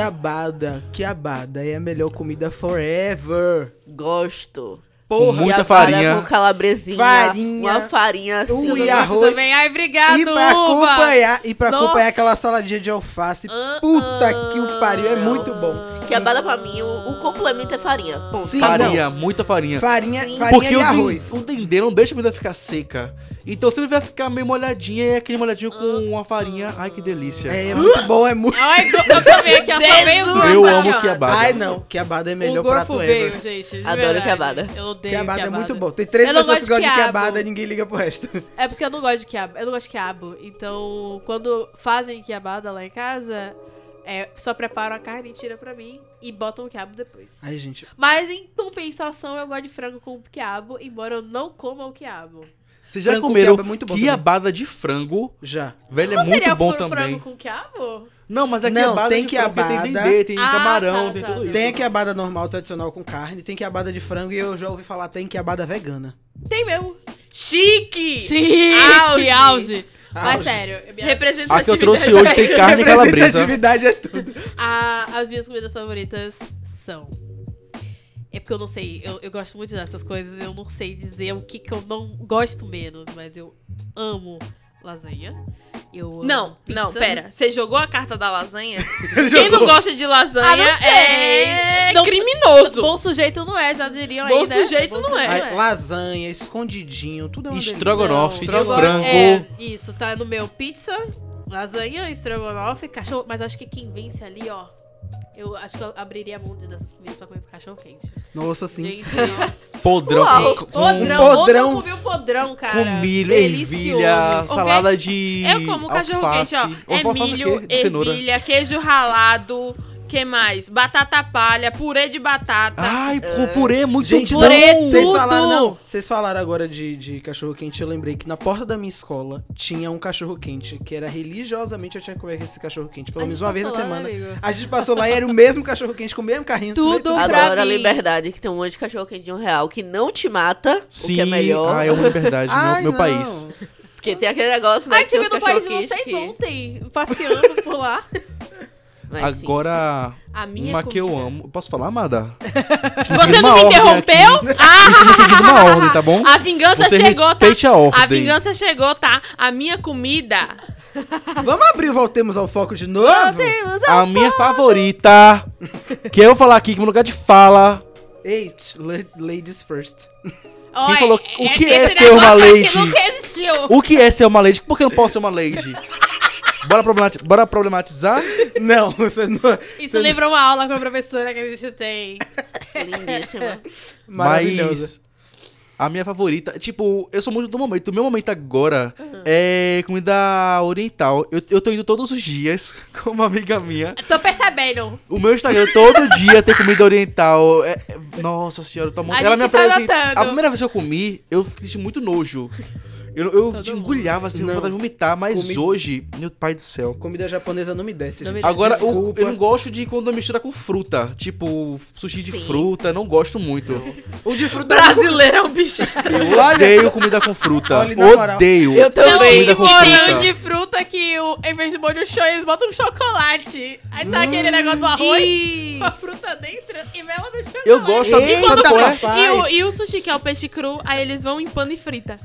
[SPEAKER 1] quiabada. Quiabada é a melhor comida forever.
[SPEAKER 5] Gosto.
[SPEAKER 1] Porra,
[SPEAKER 4] Muita
[SPEAKER 5] E a
[SPEAKER 4] farinha.
[SPEAKER 5] Com calabresinha.
[SPEAKER 1] Farinha.
[SPEAKER 5] Uma farinha.
[SPEAKER 1] Ui,
[SPEAKER 5] tudo
[SPEAKER 1] a-
[SPEAKER 5] gosto.
[SPEAKER 1] arroz.
[SPEAKER 2] também. Ai, obrigado,
[SPEAKER 1] e pra
[SPEAKER 2] uva.
[SPEAKER 1] acompanhar, e pra
[SPEAKER 2] Nossa.
[SPEAKER 1] acompanhar aquela saladinha de alface.
[SPEAKER 2] Ah,
[SPEAKER 1] Puta
[SPEAKER 2] ah,
[SPEAKER 1] que o pariu, é muito bom.
[SPEAKER 5] Que a bala pra mim, o, o complemento é farinha. Ponto.
[SPEAKER 1] Sim,
[SPEAKER 4] Farinha, muita farinha.
[SPEAKER 1] não. Farinha,
[SPEAKER 5] Sim.
[SPEAKER 1] farinha
[SPEAKER 4] Porque
[SPEAKER 1] e
[SPEAKER 4] o den-
[SPEAKER 1] arroz.
[SPEAKER 4] o dendê não deixa a comida ficar seca. Então sempre vai ficar meio molhadinha e aquele molhadinho
[SPEAKER 2] Ah.
[SPEAKER 4] com uma farinha. Ai, que delícia.
[SPEAKER 1] É, é muito bom, é muito.
[SPEAKER 2] Ai, go- eu também aqui, eu só veio
[SPEAKER 3] Jesus!
[SPEAKER 2] gorfo
[SPEAKER 4] Eu
[SPEAKER 2] aqui,
[SPEAKER 4] amo
[SPEAKER 2] ó.
[SPEAKER 4] quiabada.
[SPEAKER 1] Ai, não, quiabada é melhor
[SPEAKER 2] o gorfo
[SPEAKER 1] prato
[SPEAKER 2] veio,
[SPEAKER 1] ever.
[SPEAKER 2] gente. de
[SPEAKER 5] Adoro
[SPEAKER 2] verdade.
[SPEAKER 5] quiabada.
[SPEAKER 2] Eu odeio
[SPEAKER 1] Quiabada é muito bom. Tem
[SPEAKER 2] Eu
[SPEAKER 1] três
[SPEAKER 2] não
[SPEAKER 1] pessoas
[SPEAKER 2] gosto
[SPEAKER 1] que
[SPEAKER 2] de
[SPEAKER 1] gostam de
[SPEAKER 2] quiabo.
[SPEAKER 1] quiabada e ninguém liga pro resto.
[SPEAKER 2] É porque eu não gosto de quiabo. Eu não gosto de quiabo. Então, quando fazem quiabada lá em casa, é, só preparam a carne e tira pra mim e botam o quiabo depois.
[SPEAKER 1] Ai, gente.
[SPEAKER 2] Mas em compensação, eu gosto de frango com quiabo, embora eu não coma o quiabo.
[SPEAKER 4] Vocês já
[SPEAKER 1] frango
[SPEAKER 4] comeram
[SPEAKER 1] quiabo é muito bom
[SPEAKER 4] quiabada de frango?
[SPEAKER 1] Já.
[SPEAKER 4] Velho, é
[SPEAKER 2] não
[SPEAKER 4] muito
[SPEAKER 2] seria
[SPEAKER 4] bom
[SPEAKER 2] fran-
[SPEAKER 4] também.
[SPEAKER 2] frango com quiabo?
[SPEAKER 4] Não, mas é
[SPEAKER 1] Não,
[SPEAKER 4] quiabada
[SPEAKER 1] tem
[SPEAKER 4] de frango, porque tem
[SPEAKER 1] quiabada.
[SPEAKER 4] dendê, tem
[SPEAKER 2] Ah,
[SPEAKER 4] camarão,
[SPEAKER 2] tá,
[SPEAKER 4] tem
[SPEAKER 2] tá,
[SPEAKER 4] tudo
[SPEAKER 2] tá.
[SPEAKER 4] isso.
[SPEAKER 1] Tem a quiabada normal, tradicional com carne, tem quiabada de frango e eu já ouvi falar tem quiabada vegana.
[SPEAKER 2] Tem mesmo.
[SPEAKER 3] Chique!
[SPEAKER 2] Chique!
[SPEAKER 3] Auge!
[SPEAKER 2] Auge! Mas
[SPEAKER 1] Auge.
[SPEAKER 2] sério, minha-
[SPEAKER 4] A que eu
[SPEAKER 3] Representatividade.
[SPEAKER 4] trouxe hoje tem carne e calabresa.
[SPEAKER 1] Representatividade é tudo.
[SPEAKER 2] a- as minhas comidas favoritas são. É porque eu não sei, eu, eu gosto muito dessas coisas, eu não sei dizer o que, que eu não gosto menos, mas eu amo lasanha. Eu amo
[SPEAKER 3] Não,
[SPEAKER 2] pizza.
[SPEAKER 3] não, pera. Você jogou a carta da lasanha? Quem não gosta de lasanha
[SPEAKER 2] Ah, não sei.
[SPEAKER 3] é
[SPEAKER 2] Não-
[SPEAKER 3] criminoso.
[SPEAKER 2] Bom sujeito não é, já diriam
[SPEAKER 3] Bom
[SPEAKER 2] aí, né?
[SPEAKER 3] sujeito
[SPEAKER 2] Bom
[SPEAKER 3] não
[SPEAKER 2] sujeito
[SPEAKER 3] é.
[SPEAKER 1] Aí, lasanha, escondidinho, tudo é uma delícia.
[SPEAKER 4] Estrogonofe de
[SPEAKER 2] Eu gosto-
[SPEAKER 4] frango.
[SPEAKER 2] é, isso, tá no meu pizza, lasanha, estrogonofe, cachorro. Mas acho que quem vence ali, ó. Eu acho que eu abriria a mão de dessas comidas pra comer cachorro quente.
[SPEAKER 1] Nossa, sim.
[SPEAKER 2] Gente, ó.
[SPEAKER 4] Podrão
[SPEAKER 5] Uau,
[SPEAKER 4] com,
[SPEAKER 2] podrão.
[SPEAKER 4] com-
[SPEAKER 1] podrão.
[SPEAKER 2] podrão. Comi um podrão, cara.
[SPEAKER 4] com milho,
[SPEAKER 2] Delicioso.
[SPEAKER 4] ervilha,
[SPEAKER 3] Ok.
[SPEAKER 4] salada de
[SPEAKER 3] Eu É como cachorro quente, ó.
[SPEAKER 4] alface.
[SPEAKER 3] É
[SPEAKER 4] Alface o
[SPEAKER 3] milho,
[SPEAKER 4] quê? De cenoura.
[SPEAKER 3] ervilha, queijo ralado, que mais? Batata palha, purê de batata.
[SPEAKER 4] Ai, com purê é muito
[SPEAKER 1] Gente,
[SPEAKER 4] bom.
[SPEAKER 2] purê
[SPEAKER 1] não, vocês falaram,
[SPEAKER 2] tudo.
[SPEAKER 1] não, vocês falaram agora de, de cachorro-quente, eu lembrei que na porta da minha escola tinha um cachorro-quente, que era religiosamente eu tinha que comer esse cachorro-quente, pelo
[SPEAKER 2] A
[SPEAKER 1] menos
[SPEAKER 2] gente
[SPEAKER 1] uma vez na
[SPEAKER 2] passou lá,
[SPEAKER 1] semana.
[SPEAKER 2] né, amigo?
[SPEAKER 1] A gente passou lá e era o mesmo cachorro-quente com o mesmo carrinho.
[SPEAKER 2] Tudo
[SPEAKER 1] mesmo
[SPEAKER 2] pra
[SPEAKER 5] Adoro a
[SPEAKER 2] mim.
[SPEAKER 5] liberdade, que tem um monte de cachorro quente de um real que não te mata,
[SPEAKER 4] Sim,
[SPEAKER 5] o que é melhor.
[SPEAKER 4] Ah, eu amo liberdade,
[SPEAKER 1] Ai,
[SPEAKER 4] meu, meu
[SPEAKER 1] não.
[SPEAKER 4] país.
[SPEAKER 5] Porque tem aquele negócio, né?
[SPEAKER 2] Ai,
[SPEAKER 5] que tem
[SPEAKER 2] tive
[SPEAKER 5] os
[SPEAKER 2] no país de
[SPEAKER 5] cachorro-quente
[SPEAKER 2] vocês
[SPEAKER 5] que-
[SPEAKER 3] um.
[SPEAKER 2] ontem, passeando por lá.
[SPEAKER 5] Mas, sim.
[SPEAKER 4] Agora,
[SPEAKER 2] A minha
[SPEAKER 4] uma que
[SPEAKER 2] comida.
[SPEAKER 4] eu amo. Posso falar, Amada?
[SPEAKER 3] Você não me interrompeu? Ah!
[SPEAKER 4] Estamos seguindo uma ordem, tá bom?
[SPEAKER 3] A vingança
[SPEAKER 4] Você
[SPEAKER 3] chegou, tá?
[SPEAKER 4] respeite a ordem.
[SPEAKER 3] A vingança chegou, tá? A minha comida.
[SPEAKER 1] Vamos abrir o Voltemos ao Foco de novo?
[SPEAKER 4] A minha favorita, que eu vou falar aqui, que é meu lugar de fala,
[SPEAKER 1] Eight, la- ladies first.
[SPEAKER 2] Olha,
[SPEAKER 4] falou, o que é
[SPEAKER 2] esse
[SPEAKER 4] ser uma
[SPEAKER 2] negócio
[SPEAKER 4] lady?
[SPEAKER 2] que Nunca existiu.
[SPEAKER 4] O que é ser uma lady? Por que eu não posso ser uma lady? Bora problemati- Bora problematizar?
[SPEAKER 1] Não, você não. é
[SPEAKER 2] Isso lembrou uma aula com a professora que a gente tem.
[SPEAKER 5] Lindíssima.
[SPEAKER 1] Maravilhoso.
[SPEAKER 4] Mas a minha favorita, tipo, eu sou muito do momento. O meu momento agora é comida oriental. Eu, eu tô indo todos os dias com uma amiga minha.
[SPEAKER 2] Tô percebendo.
[SPEAKER 4] O meu Instagram todo dia tem comida oriental. É- é- nossa senhora, eu tô
[SPEAKER 2] A
[SPEAKER 4] muito. Ela me
[SPEAKER 2] gente tá
[SPEAKER 4] apresenta.
[SPEAKER 2] notando.
[SPEAKER 4] A primeira vez que eu comi, eu senti muito nojo. Eu, eu
[SPEAKER 2] Todo mundo.
[SPEAKER 4] engolhava assim,
[SPEAKER 1] Não.
[SPEAKER 4] vontade de vomitar, mas
[SPEAKER 1] Comi-
[SPEAKER 4] hoje, meu pai do céu.
[SPEAKER 1] Comida japonesa não me desce,
[SPEAKER 2] Não
[SPEAKER 1] gente.
[SPEAKER 2] me
[SPEAKER 4] Agora, o-
[SPEAKER 1] Desculpa.
[SPEAKER 4] eu não gosto de quando mistura com fruta. Tipo, sushi de
[SPEAKER 5] Sim.
[SPEAKER 4] fruta, não gosto muito.
[SPEAKER 1] O de fruta.
[SPEAKER 3] Brasileiro é um bicho estranho.
[SPEAKER 4] Eu odeio comida com fruta.
[SPEAKER 1] Olha, na moral.
[SPEAKER 4] odeio.
[SPEAKER 5] Eu também.
[SPEAKER 4] Comida
[SPEAKER 2] Não,
[SPEAKER 4] com
[SPEAKER 2] e tem o
[SPEAKER 4] fruta.
[SPEAKER 2] de fruta que o, em vez de molho show, eles botam um chocolate. Aí tá
[SPEAKER 4] Hum.
[SPEAKER 2] aquele negócio do arroz
[SPEAKER 3] E...
[SPEAKER 2] com a fruta dentro e vela do chocolate.
[SPEAKER 4] Eu gosto sabe
[SPEAKER 1] Eita,
[SPEAKER 4] quando é?
[SPEAKER 1] papai.
[SPEAKER 3] E o, e o sushi, que é o peixe cru, aí eles vão em pano e frita.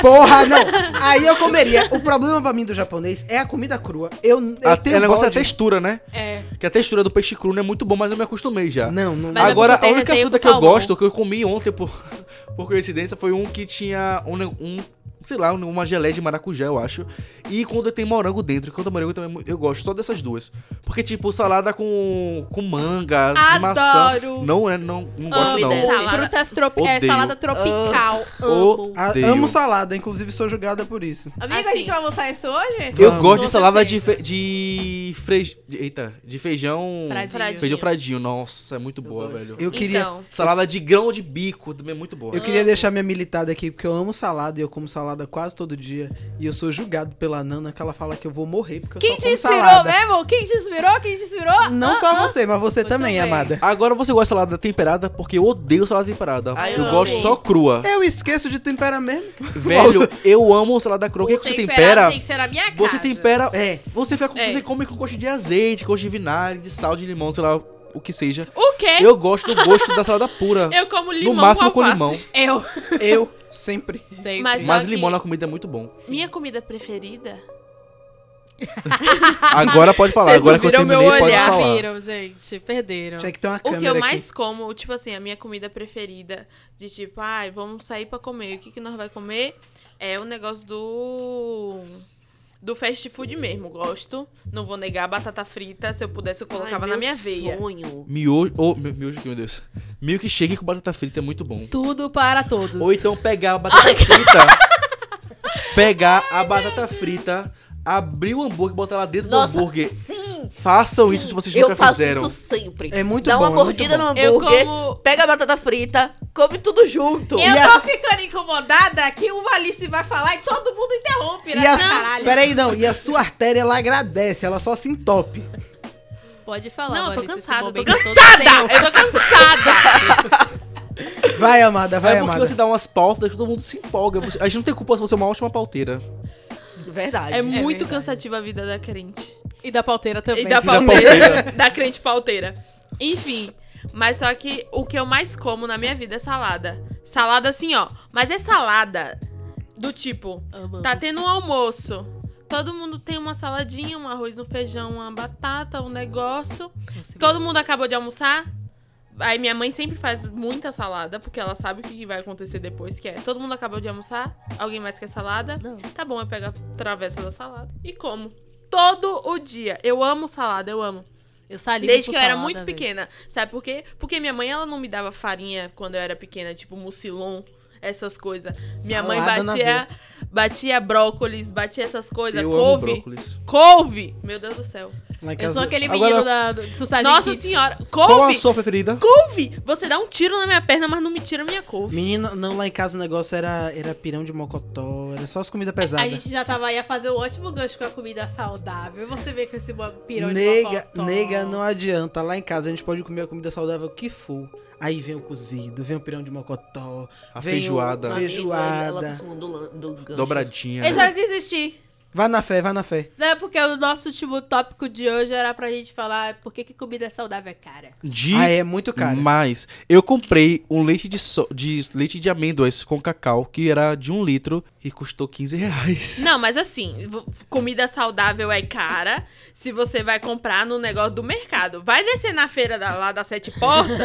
[SPEAKER 1] Porra, não. Aí eu comeria. O problema pra mim do japonês é a comida crua. Eu, eu
[SPEAKER 4] A-
[SPEAKER 1] tenho
[SPEAKER 4] O negócio é a
[SPEAKER 1] bode.
[SPEAKER 4] textura, né?
[SPEAKER 2] É.
[SPEAKER 4] Que a textura do peixe cru não é muito bom, mas eu me acostumei já.
[SPEAKER 1] Não, não.
[SPEAKER 2] Mas é
[SPEAKER 4] Agora,
[SPEAKER 2] porque
[SPEAKER 4] a
[SPEAKER 2] tem
[SPEAKER 4] única
[SPEAKER 2] receio
[SPEAKER 4] fruta
[SPEAKER 2] com
[SPEAKER 4] que eu
[SPEAKER 2] salmão.
[SPEAKER 4] gosto, que eu comi ontem por, por coincidência, foi um que tinha um, ne- um, sei lá, um- uma geleia de maracujá, eu acho. E quando tem morango dentro, quando tem morango também mu- eu gosto, só dessas duas. Porque, tipo, salada com, com manga, de maçã.
[SPEAKER 2] Adoro.
[SPEAKER 4] Não é, não, não gosto
[SPEAKER 2] Amo
[SPEAKER 4] não.
[SPEAKER 5] ideia.
[SPEAKER 2] salada. frutas tropi é,
[SPEAKER 4] Odeio.
[SPEAKER 2] salada tropical. Amo.
[SPEAKER 1] A-
[SPEAKER 4] Odeio.
[SPEAKER 1] amo salada, inclusive sou julgada por isso.
[SPEAKER 2] Amiga, a
[SPEAKER 3] Assim. Então.
[SPEAKER 2] gente vai almoçar isso hoje?
[SPEAKER 4] Eu
[SPEAKER 1] Vamos.
[SPEAKER 4] gosto de
[SPEAKER 2] Nossa,
[SPEAKER 4] salada
[SPEAKER 2] sim.
[SPEAKER 4] de, fe, de, frej- de- eita, de feijão.
[SPEAKER 2] Fradinho.
[SPEAKER 4] Feijão fradinho. Nossa, é muito boa,
[SPEAKER 5] gosto.
[SPEAKER 4] velho.
[SPEAKER 1] Eu queria.
[SPEAKER 3] Então,
[SPEAKER 4] Salada de grão de bico também é muito boa.
[SPEAKER 1] Eu queria deixar minha militada aqui, porque eu amo salada e eu como salada quase todo dia. E eu sou julgado pela Nana, que ela fala que eu vou morrer porque eu
[SPEAKER 2] Quem
[SPEAKER 1] só
[SPEAKER 2] te
[SPEAKER 1] como
[SPEAKER 2] inspirou
[SPEAKER 1] salada.
[SPEAKER 2] mesmo? Quem te inspirou? Quem te inspirou?
[SPEAKER 1] Não
[SPEAKER 2] Ah,
[SPEAKER 1] só você, mas você
[SPEAKER 2] Eu
[SPEAKER 1] também,
[SPEAKER 2] também.
[SPEAKER 1] amada.
[SPEAKER 4] Agora você gosta de salada temperada porque eu odeio salada temperada.
[SPEAKER 5] Ah, eu
[SPEAKER 4] eu gosto
[SPEAKER 5] amo.
[SPEAKER 4] só crua.
[SPEAKER 1] Eu esqueço de temperar mesmo.
[SPEAKER 4] Velho, eu amo salada crua. O que, é que você
[SPEAKER 2] temperado
[SPEAKER 4] tempera?
[SPEAKER 2] Tem que ser na minha casa.
[SPEAKER 4] Você tempera.
[SPEAKER 1] É.
[SPEAKER 4] Você, fica com-
[SPEAKER 2] É.
[SPEAKER 4] você come com gosto de azeite, gosto de vinagre, de sal, de limão, sei lá o que seja.
[SPEAKER 3] o
[SPEAKER 2] É.
[SPEAKER 3] quê? Eu,
[SPEAKER 4] Eu gosto do gosto da salada pura.
[SPEAKER 3] como limão
[SPEAKER 4] no máximo
[SPEAKER 3] com
[SPEAKER 4] com
[SPEAKER 3] alface.
[SPEAKER 4] limão.
[SPEAKER 2] Eu.
[SPEAKER 1] Eu sempre.
[SPEAKER 2] Sempre.
[SPEAKER 3] Mas-
[SPEAKER 4] Mas
[SPEAKER 3] Só que-
[SPEAKER 4] limão na comida é muito bom.
[SPEAKER 3] Minha comida preferida?
[SPEAKER 4] Agora pode falar.
[SPEAKER 2] Vocês
[SPEAKER 4] Agora
[SPEAKER 2] não
[SPEAKER 4] que eu
[SPEAKER 2] viram meu
[SPEAKER 4] terminei, pode
[SPEAKER 2] olhar.
[SPEAKER 4] falar.
[SPEAKER 2] Viram, gente. Perderam.
[SPEAKER 1] Tinha que ter uma
[SPEAKER 3] O
[SPEAKER 1] câmera
[SPEAKER 3] que eu
[SPEAKER 1] aqui.
[SPEAKER 3] mais como, tipo assim, a minha comida preferida, de tipo, ai, vamos sair pra comer. O que, que nós vai comer? É o negócio do. Do fast food mesmo, gosto. Não vou negar, batata frita, se eu pudesse, eu colocava
[SPEAKER 5] Ai,
[SPEAKER 3] na
[SPEAKER 5] meu
[SPEAKER 3] minha veia.
[SPEAKER 5] Sonho.
[SPEAKER 4] Miojo. Oh, mi- miojo, meu Deus. Milkshake com batata frita é muito bom.
[SPEAKER 2] Tudo para todos.
[SPEAKER 4] Ou então pegar a batata frita. pegar a batata frita, abrir o hambúrguer, botar ela dentro
[SPEAKER 5] Nossa,
[SPEAKER 4] do hambúrguer.
[SPEAKER 5] Sim.
[SPEAKER 4] Façam
[SPEAKER 5] sim.
[SPEAKER 4] isso se vocês
[SPEAKER 5] eu
[SPEAKER 4] nunca
[SPEAKER 5] faço
[SPEAKER 4] fizeram.
[SPEAKER 5] isso sempre.
[SPEAKER 1] É muito
[SPEAKER 5] Dá
[SPEAKER 1] bom.
[SPEAKER 5] uma mordida
[SPEAKER 1] é muito bom.
[SPEAKER 5] no
[SPEAKER 3] Eu
[SPEAKER 5] hambúrguer,
[SPEAKER 3] como.
[SPEAKER 5] pega a batata frita, come tudo junto.
[SPEAKER 2] Eu
[SPEAKER 1] E
[SPEAKER 2] tô
[SPEAKER 1] a-
[SPEAKER 2] ficando incomodada que o Alice vai falar e todo mundo interrompe, né?
[SPEAKER 1] E a
[SPEAKER 2] Não,
[SPEAKER 1] su... Peraí, não. E a sua artéria, ela agradece. Ela só se entope.
[SPEAKER 2] Pode falar.
[SPEAKER 3] Não, eu tô
[SPEAKER 2] Alice, esse
[SPEAKER 3] cansada, eu tô
[SPEAKER 2] momento todo
[SPEAKER 3] cansada! Eu tô cansada!
[SPEAKER 1] Vai, amada. Vai,
[SPEAKER 4] é porque
[SPEAKER 1] amada.
[SPEAKER 4] você dá umas pautas, todo mundo se empolga. Você- a gente não tem culpa se você é uma ótima pauteira.
[SPEAKER 5] Verdade.
[SPEAKER 3] É muito
[SPEAKER 2] verdade.
[SPEAKER 3] cansativa a vida da crente.
[SPEAKER 2] seu. E da pauteira também.
[SPEAKER 3] E da
[SPEAKER 4] pau-
[SPEAKER 3] pauteira. da crente pauteira. Enfim. Mas só que o que eu mais como na minha vida é salada. Salada assim, ó. Mas é salada do tipo.
[SPEAKER 2] Amamos.
[SPEAKER 3] Tá tendo um almoço. Todo mundo tem uma saladinha, um arroz, um feijão, uma batata, um negócio. Todo mundo acabou de almoçar. Aí minha mãe sempre faz muita salada, porque ela sabe o que vai acontecer depois, que é todo mundo acabou de almoçar, alguém mais quer salada.
[SPEAKER 2] Não.
[SPEAKER 3] Tá bom, eu pego a travessa da salada e como. Todo o dia. Eu amo salada, eu amo.
[SPEAKER 2] Eu salivo
[SPEAKER 3] Desde
[SPEAKER 2] por
[SPEAKER 3] que eu era
[SPEAKER 2] salada,
[SPEAKER 3] muito
[SPEAKER 2] velho.
[SPEAKER 3] pequena. Sabe por quê? Porque minha mãe, ela não me dava farinha quando eu era pequena, tipo mucilon, essas coisas. Minha mãe
[SPEAKER 1] Salada na
[SPEAKER 3] batia, batia brócolis, batia essas coisas,
[SPEAKER 4] eu amo
[SPEAKER 3] couve.
[SPEAKER 4] brócolis.
[SPEAKER 3] Couve! Meu Deus do céu.
[SPEAKER 1] Lá em
[SPEAKER 2] Eu sou
[SPEAKER 1] casa-
[SPEAKER 2] aquele
[SPEAKER 4] Agora-
[SPEAKER 2] menino da, do Sustagem
[SPEAKER 3] Nossa
[SPEAKER 2] Kids.
[SPEAKER 3] senhora,
[SPEAKER 4] Qual a
[SPEAKER 3] couve!
[SPEAKER 4] sua preferida?
[SPEAKER 3] Couve! Você dá um tiro na minha perna, mas não me tira a minha couve.
[SPEAKER 1] Menina, não, lá em casa o negócio era, era pirão de mocotó, era só as comidas
[SPEAKER 2] A
[SPEAKER 1] pesadas.
[SPEAKER 2] gente já tava aí a fazer um ótimo gancho com a comida saudável. Você vê com esse bo- pirão de
[SPEAKER 1] Nega,
[SPEAKER 2] mocotó.
[SPEAKER 1] nega, não adianta. Lá em casa a gente pode comer a comida saudável que for. Aí vem o cozido, vem o pirão de mocotó,
[SPEAKER 4] A
[SPEAKER 1] Vem
[SPEAKER 4] feijoada.
[SPEAKER 1] o- feijoada.
[SPEAKER 5] Ela tá falando do, lan- do gancho.
[SPEAKER 4] Dobradinha.
[SPEAKER 2] Eu já desisti.
[SPEAKER 1] Vai na fé, vai na fé.
[SPEAKER 2] Né? Porque o nosso último tópico de hoje era pra gente falar por que, que comida saudável é cara.
[SPEAKER 4] De
[SPEAKER 1] Ah, é muito caro.
[SPEAKER 4] Mas eu comprei um leite de, so... de leite de amêndoas com cacau que era de um litro e custou 15 reais.
[SPEAKER 3] Não, mas assim, vo- comida saudável é cara se você vai comprar no negócio do mercado. Vai descer na feira da- lá das sete portas,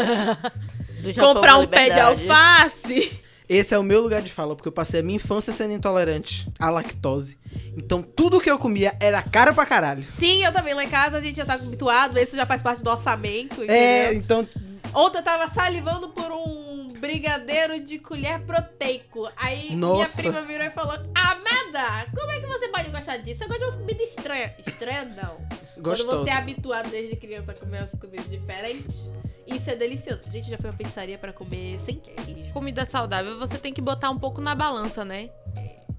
[SPEAKER 5] Do Japão
[SPEAKER 3] comprar
[SPEAKER 5] à
[SPEAKER 3] um pé de
[SPEAKER 5] Liberdade.
[SPEAKER 3] alface.
[SPEAKER 1] Esse é o meu lugar de fala, porque eu passei a minha infância sendo intolerante à lactose. Então tudo que eu comia era caro pra caralho.
[SPEAKER 2] Sim, eu também. Lá em casa a gente já tá habituado, isso já faz parte do orçamento.
[SPEAKER 1] É,
[SPEAKER 2] entendeu?
[SPEAKER 1] então
[SPEAKER 2] Ontem eu tava salivando por um brigadeiro de colher proteico. Aí
[SPEAKER 1] Nossa.
[SPEAKER 2] minha prima virou e falou: Amada, como é que você pode gostar disso? Eu gosto de umas comidas estranhas. Estranha não. Quando
[SPEAKER 1] gostoso.
[SPEAKER 2] você é habituado desde criança a comer umas comidas diferentes, isso é delicioso. A gente já foi uma pizzaria pra comer sem queijo.
[SPEAKER 3] Comida saudável, você tem que botar um pouco na balança, né?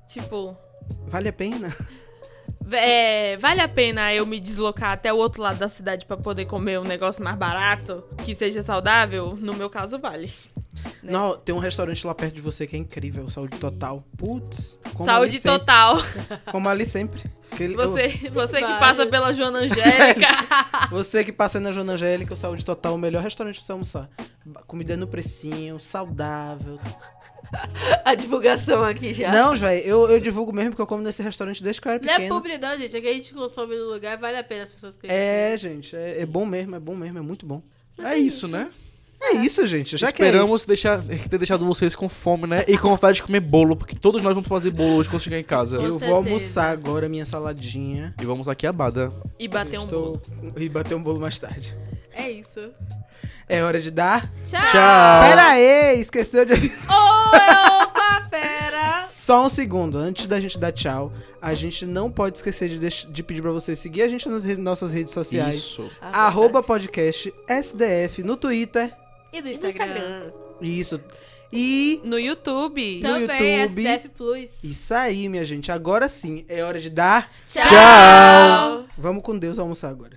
[SPEAKER 3] Tipo,
[SPEAKER 1] Vale a pena?
[SPEAKER 2] Né?
[SPEAKER 3] é, vale a pena eu me deslocar até o outro lado da cidade pra poder comer um negócio mais barato, que seja saudável? No meu caso, vale. Né?
[SPEAKER 1] Não, tem um restaurante lá perto de você que é incrível, Saúde Total. Putz. como
[SPEAKER 3] Saúde
[SPEAKER 1] ali sempre-
[SPEAKER 3] total.
[SPEAKER 1] Como ali sempre. Aquele- eu-
[SPEAKER 3] Você, você que
[SPEAKER 2] vários.
[SPEAKER 3] passa pela Joana Angélica.
[SPEAKER 1] Você que passa na Joana Angélica, o Saúde Total é o melhor restaurante pra você almoçar. Ba- Comida no precinho, saudável.
[SPEAKER 5] A divulgação aqui já.
[SPEAKER 1] Não, Joé, eu, eu divulgo mesmo porque eu como nesse restaurante desde que eu era
[SPEAKER 2] Não é
[SPEAKER 1] pequeno.
[SPEAKER 2] publicidade, gente. É que a gente consome no lugar, vale a pena as pessoas conhecerem.
[SPEAKER 1] É, gente, é, é bom mesmo, é bom mesmo, é muito bom.
[SPEAKER 4] É isso, né?
[SPEAKER 1] É isso, gente. Já
[SPEAKER 4] Esperamos deixar, ter deixado vocês com fome, né? E com vontade de comer bolo, porque todos nós vamos fazer bolo hoje quando chegar em casa.
[SPEAKER 1] que é,
[SPEAKER 2] Com
[SPEAKER 1] eu
[SPEAKER 2] certeza.
[SPEAKER 1] vou almoçar agora minha saladinha.
[SPEAKER 4] E vamos aqui abada.
[SPEAKER 3] E bater um bolo.
[SPEAKER 1] Estou- E bater um bolo mais tarde.
[SPEAKER 2] É, isso.
[SPEAKER 1] É hora de dar.
[SPEAKER 2] Tchau!
[SPEAKER 4] Tchau.
[SPEAKER 1] Pera aí, esqueceu de avisar.
[SPEAKER 2] Ô, opa, fera!
[SPEAKER 1] Só um segundo, antes da gente dar tchau, a gente não pode esquecer de, deix- de pedir pra vocês seguir a gente nas re- nossas redes sociais.
[SPEAKER 4] Isso.
[SPEAKER 5] Ah, verdade.
[SPEAKER 1] Arroba podcast SDF no Twitter.
[SPEAKER 2] E no
[SPEAKER 5] No
[SPEAKER 2] Instagram.
[SPEAKER 5] Instagram.
[SPEAKER 1] Isso. E
[SPEAKER 3] No YouTube.
[SPEAKER 1] Tá.
[SPEAKER 2] Também
[SPEAKER 1] YouTube.
[SPEAKER 2] SDF Plus.
[SPEAKER 1] isso aí, minha gente. Agora sim, é hora de dar.
[SPEAKER 2] Tchau!
[SPEAKER 4] Tchau.
[SPEAKER 1] Vamos com Deus almoçar agora.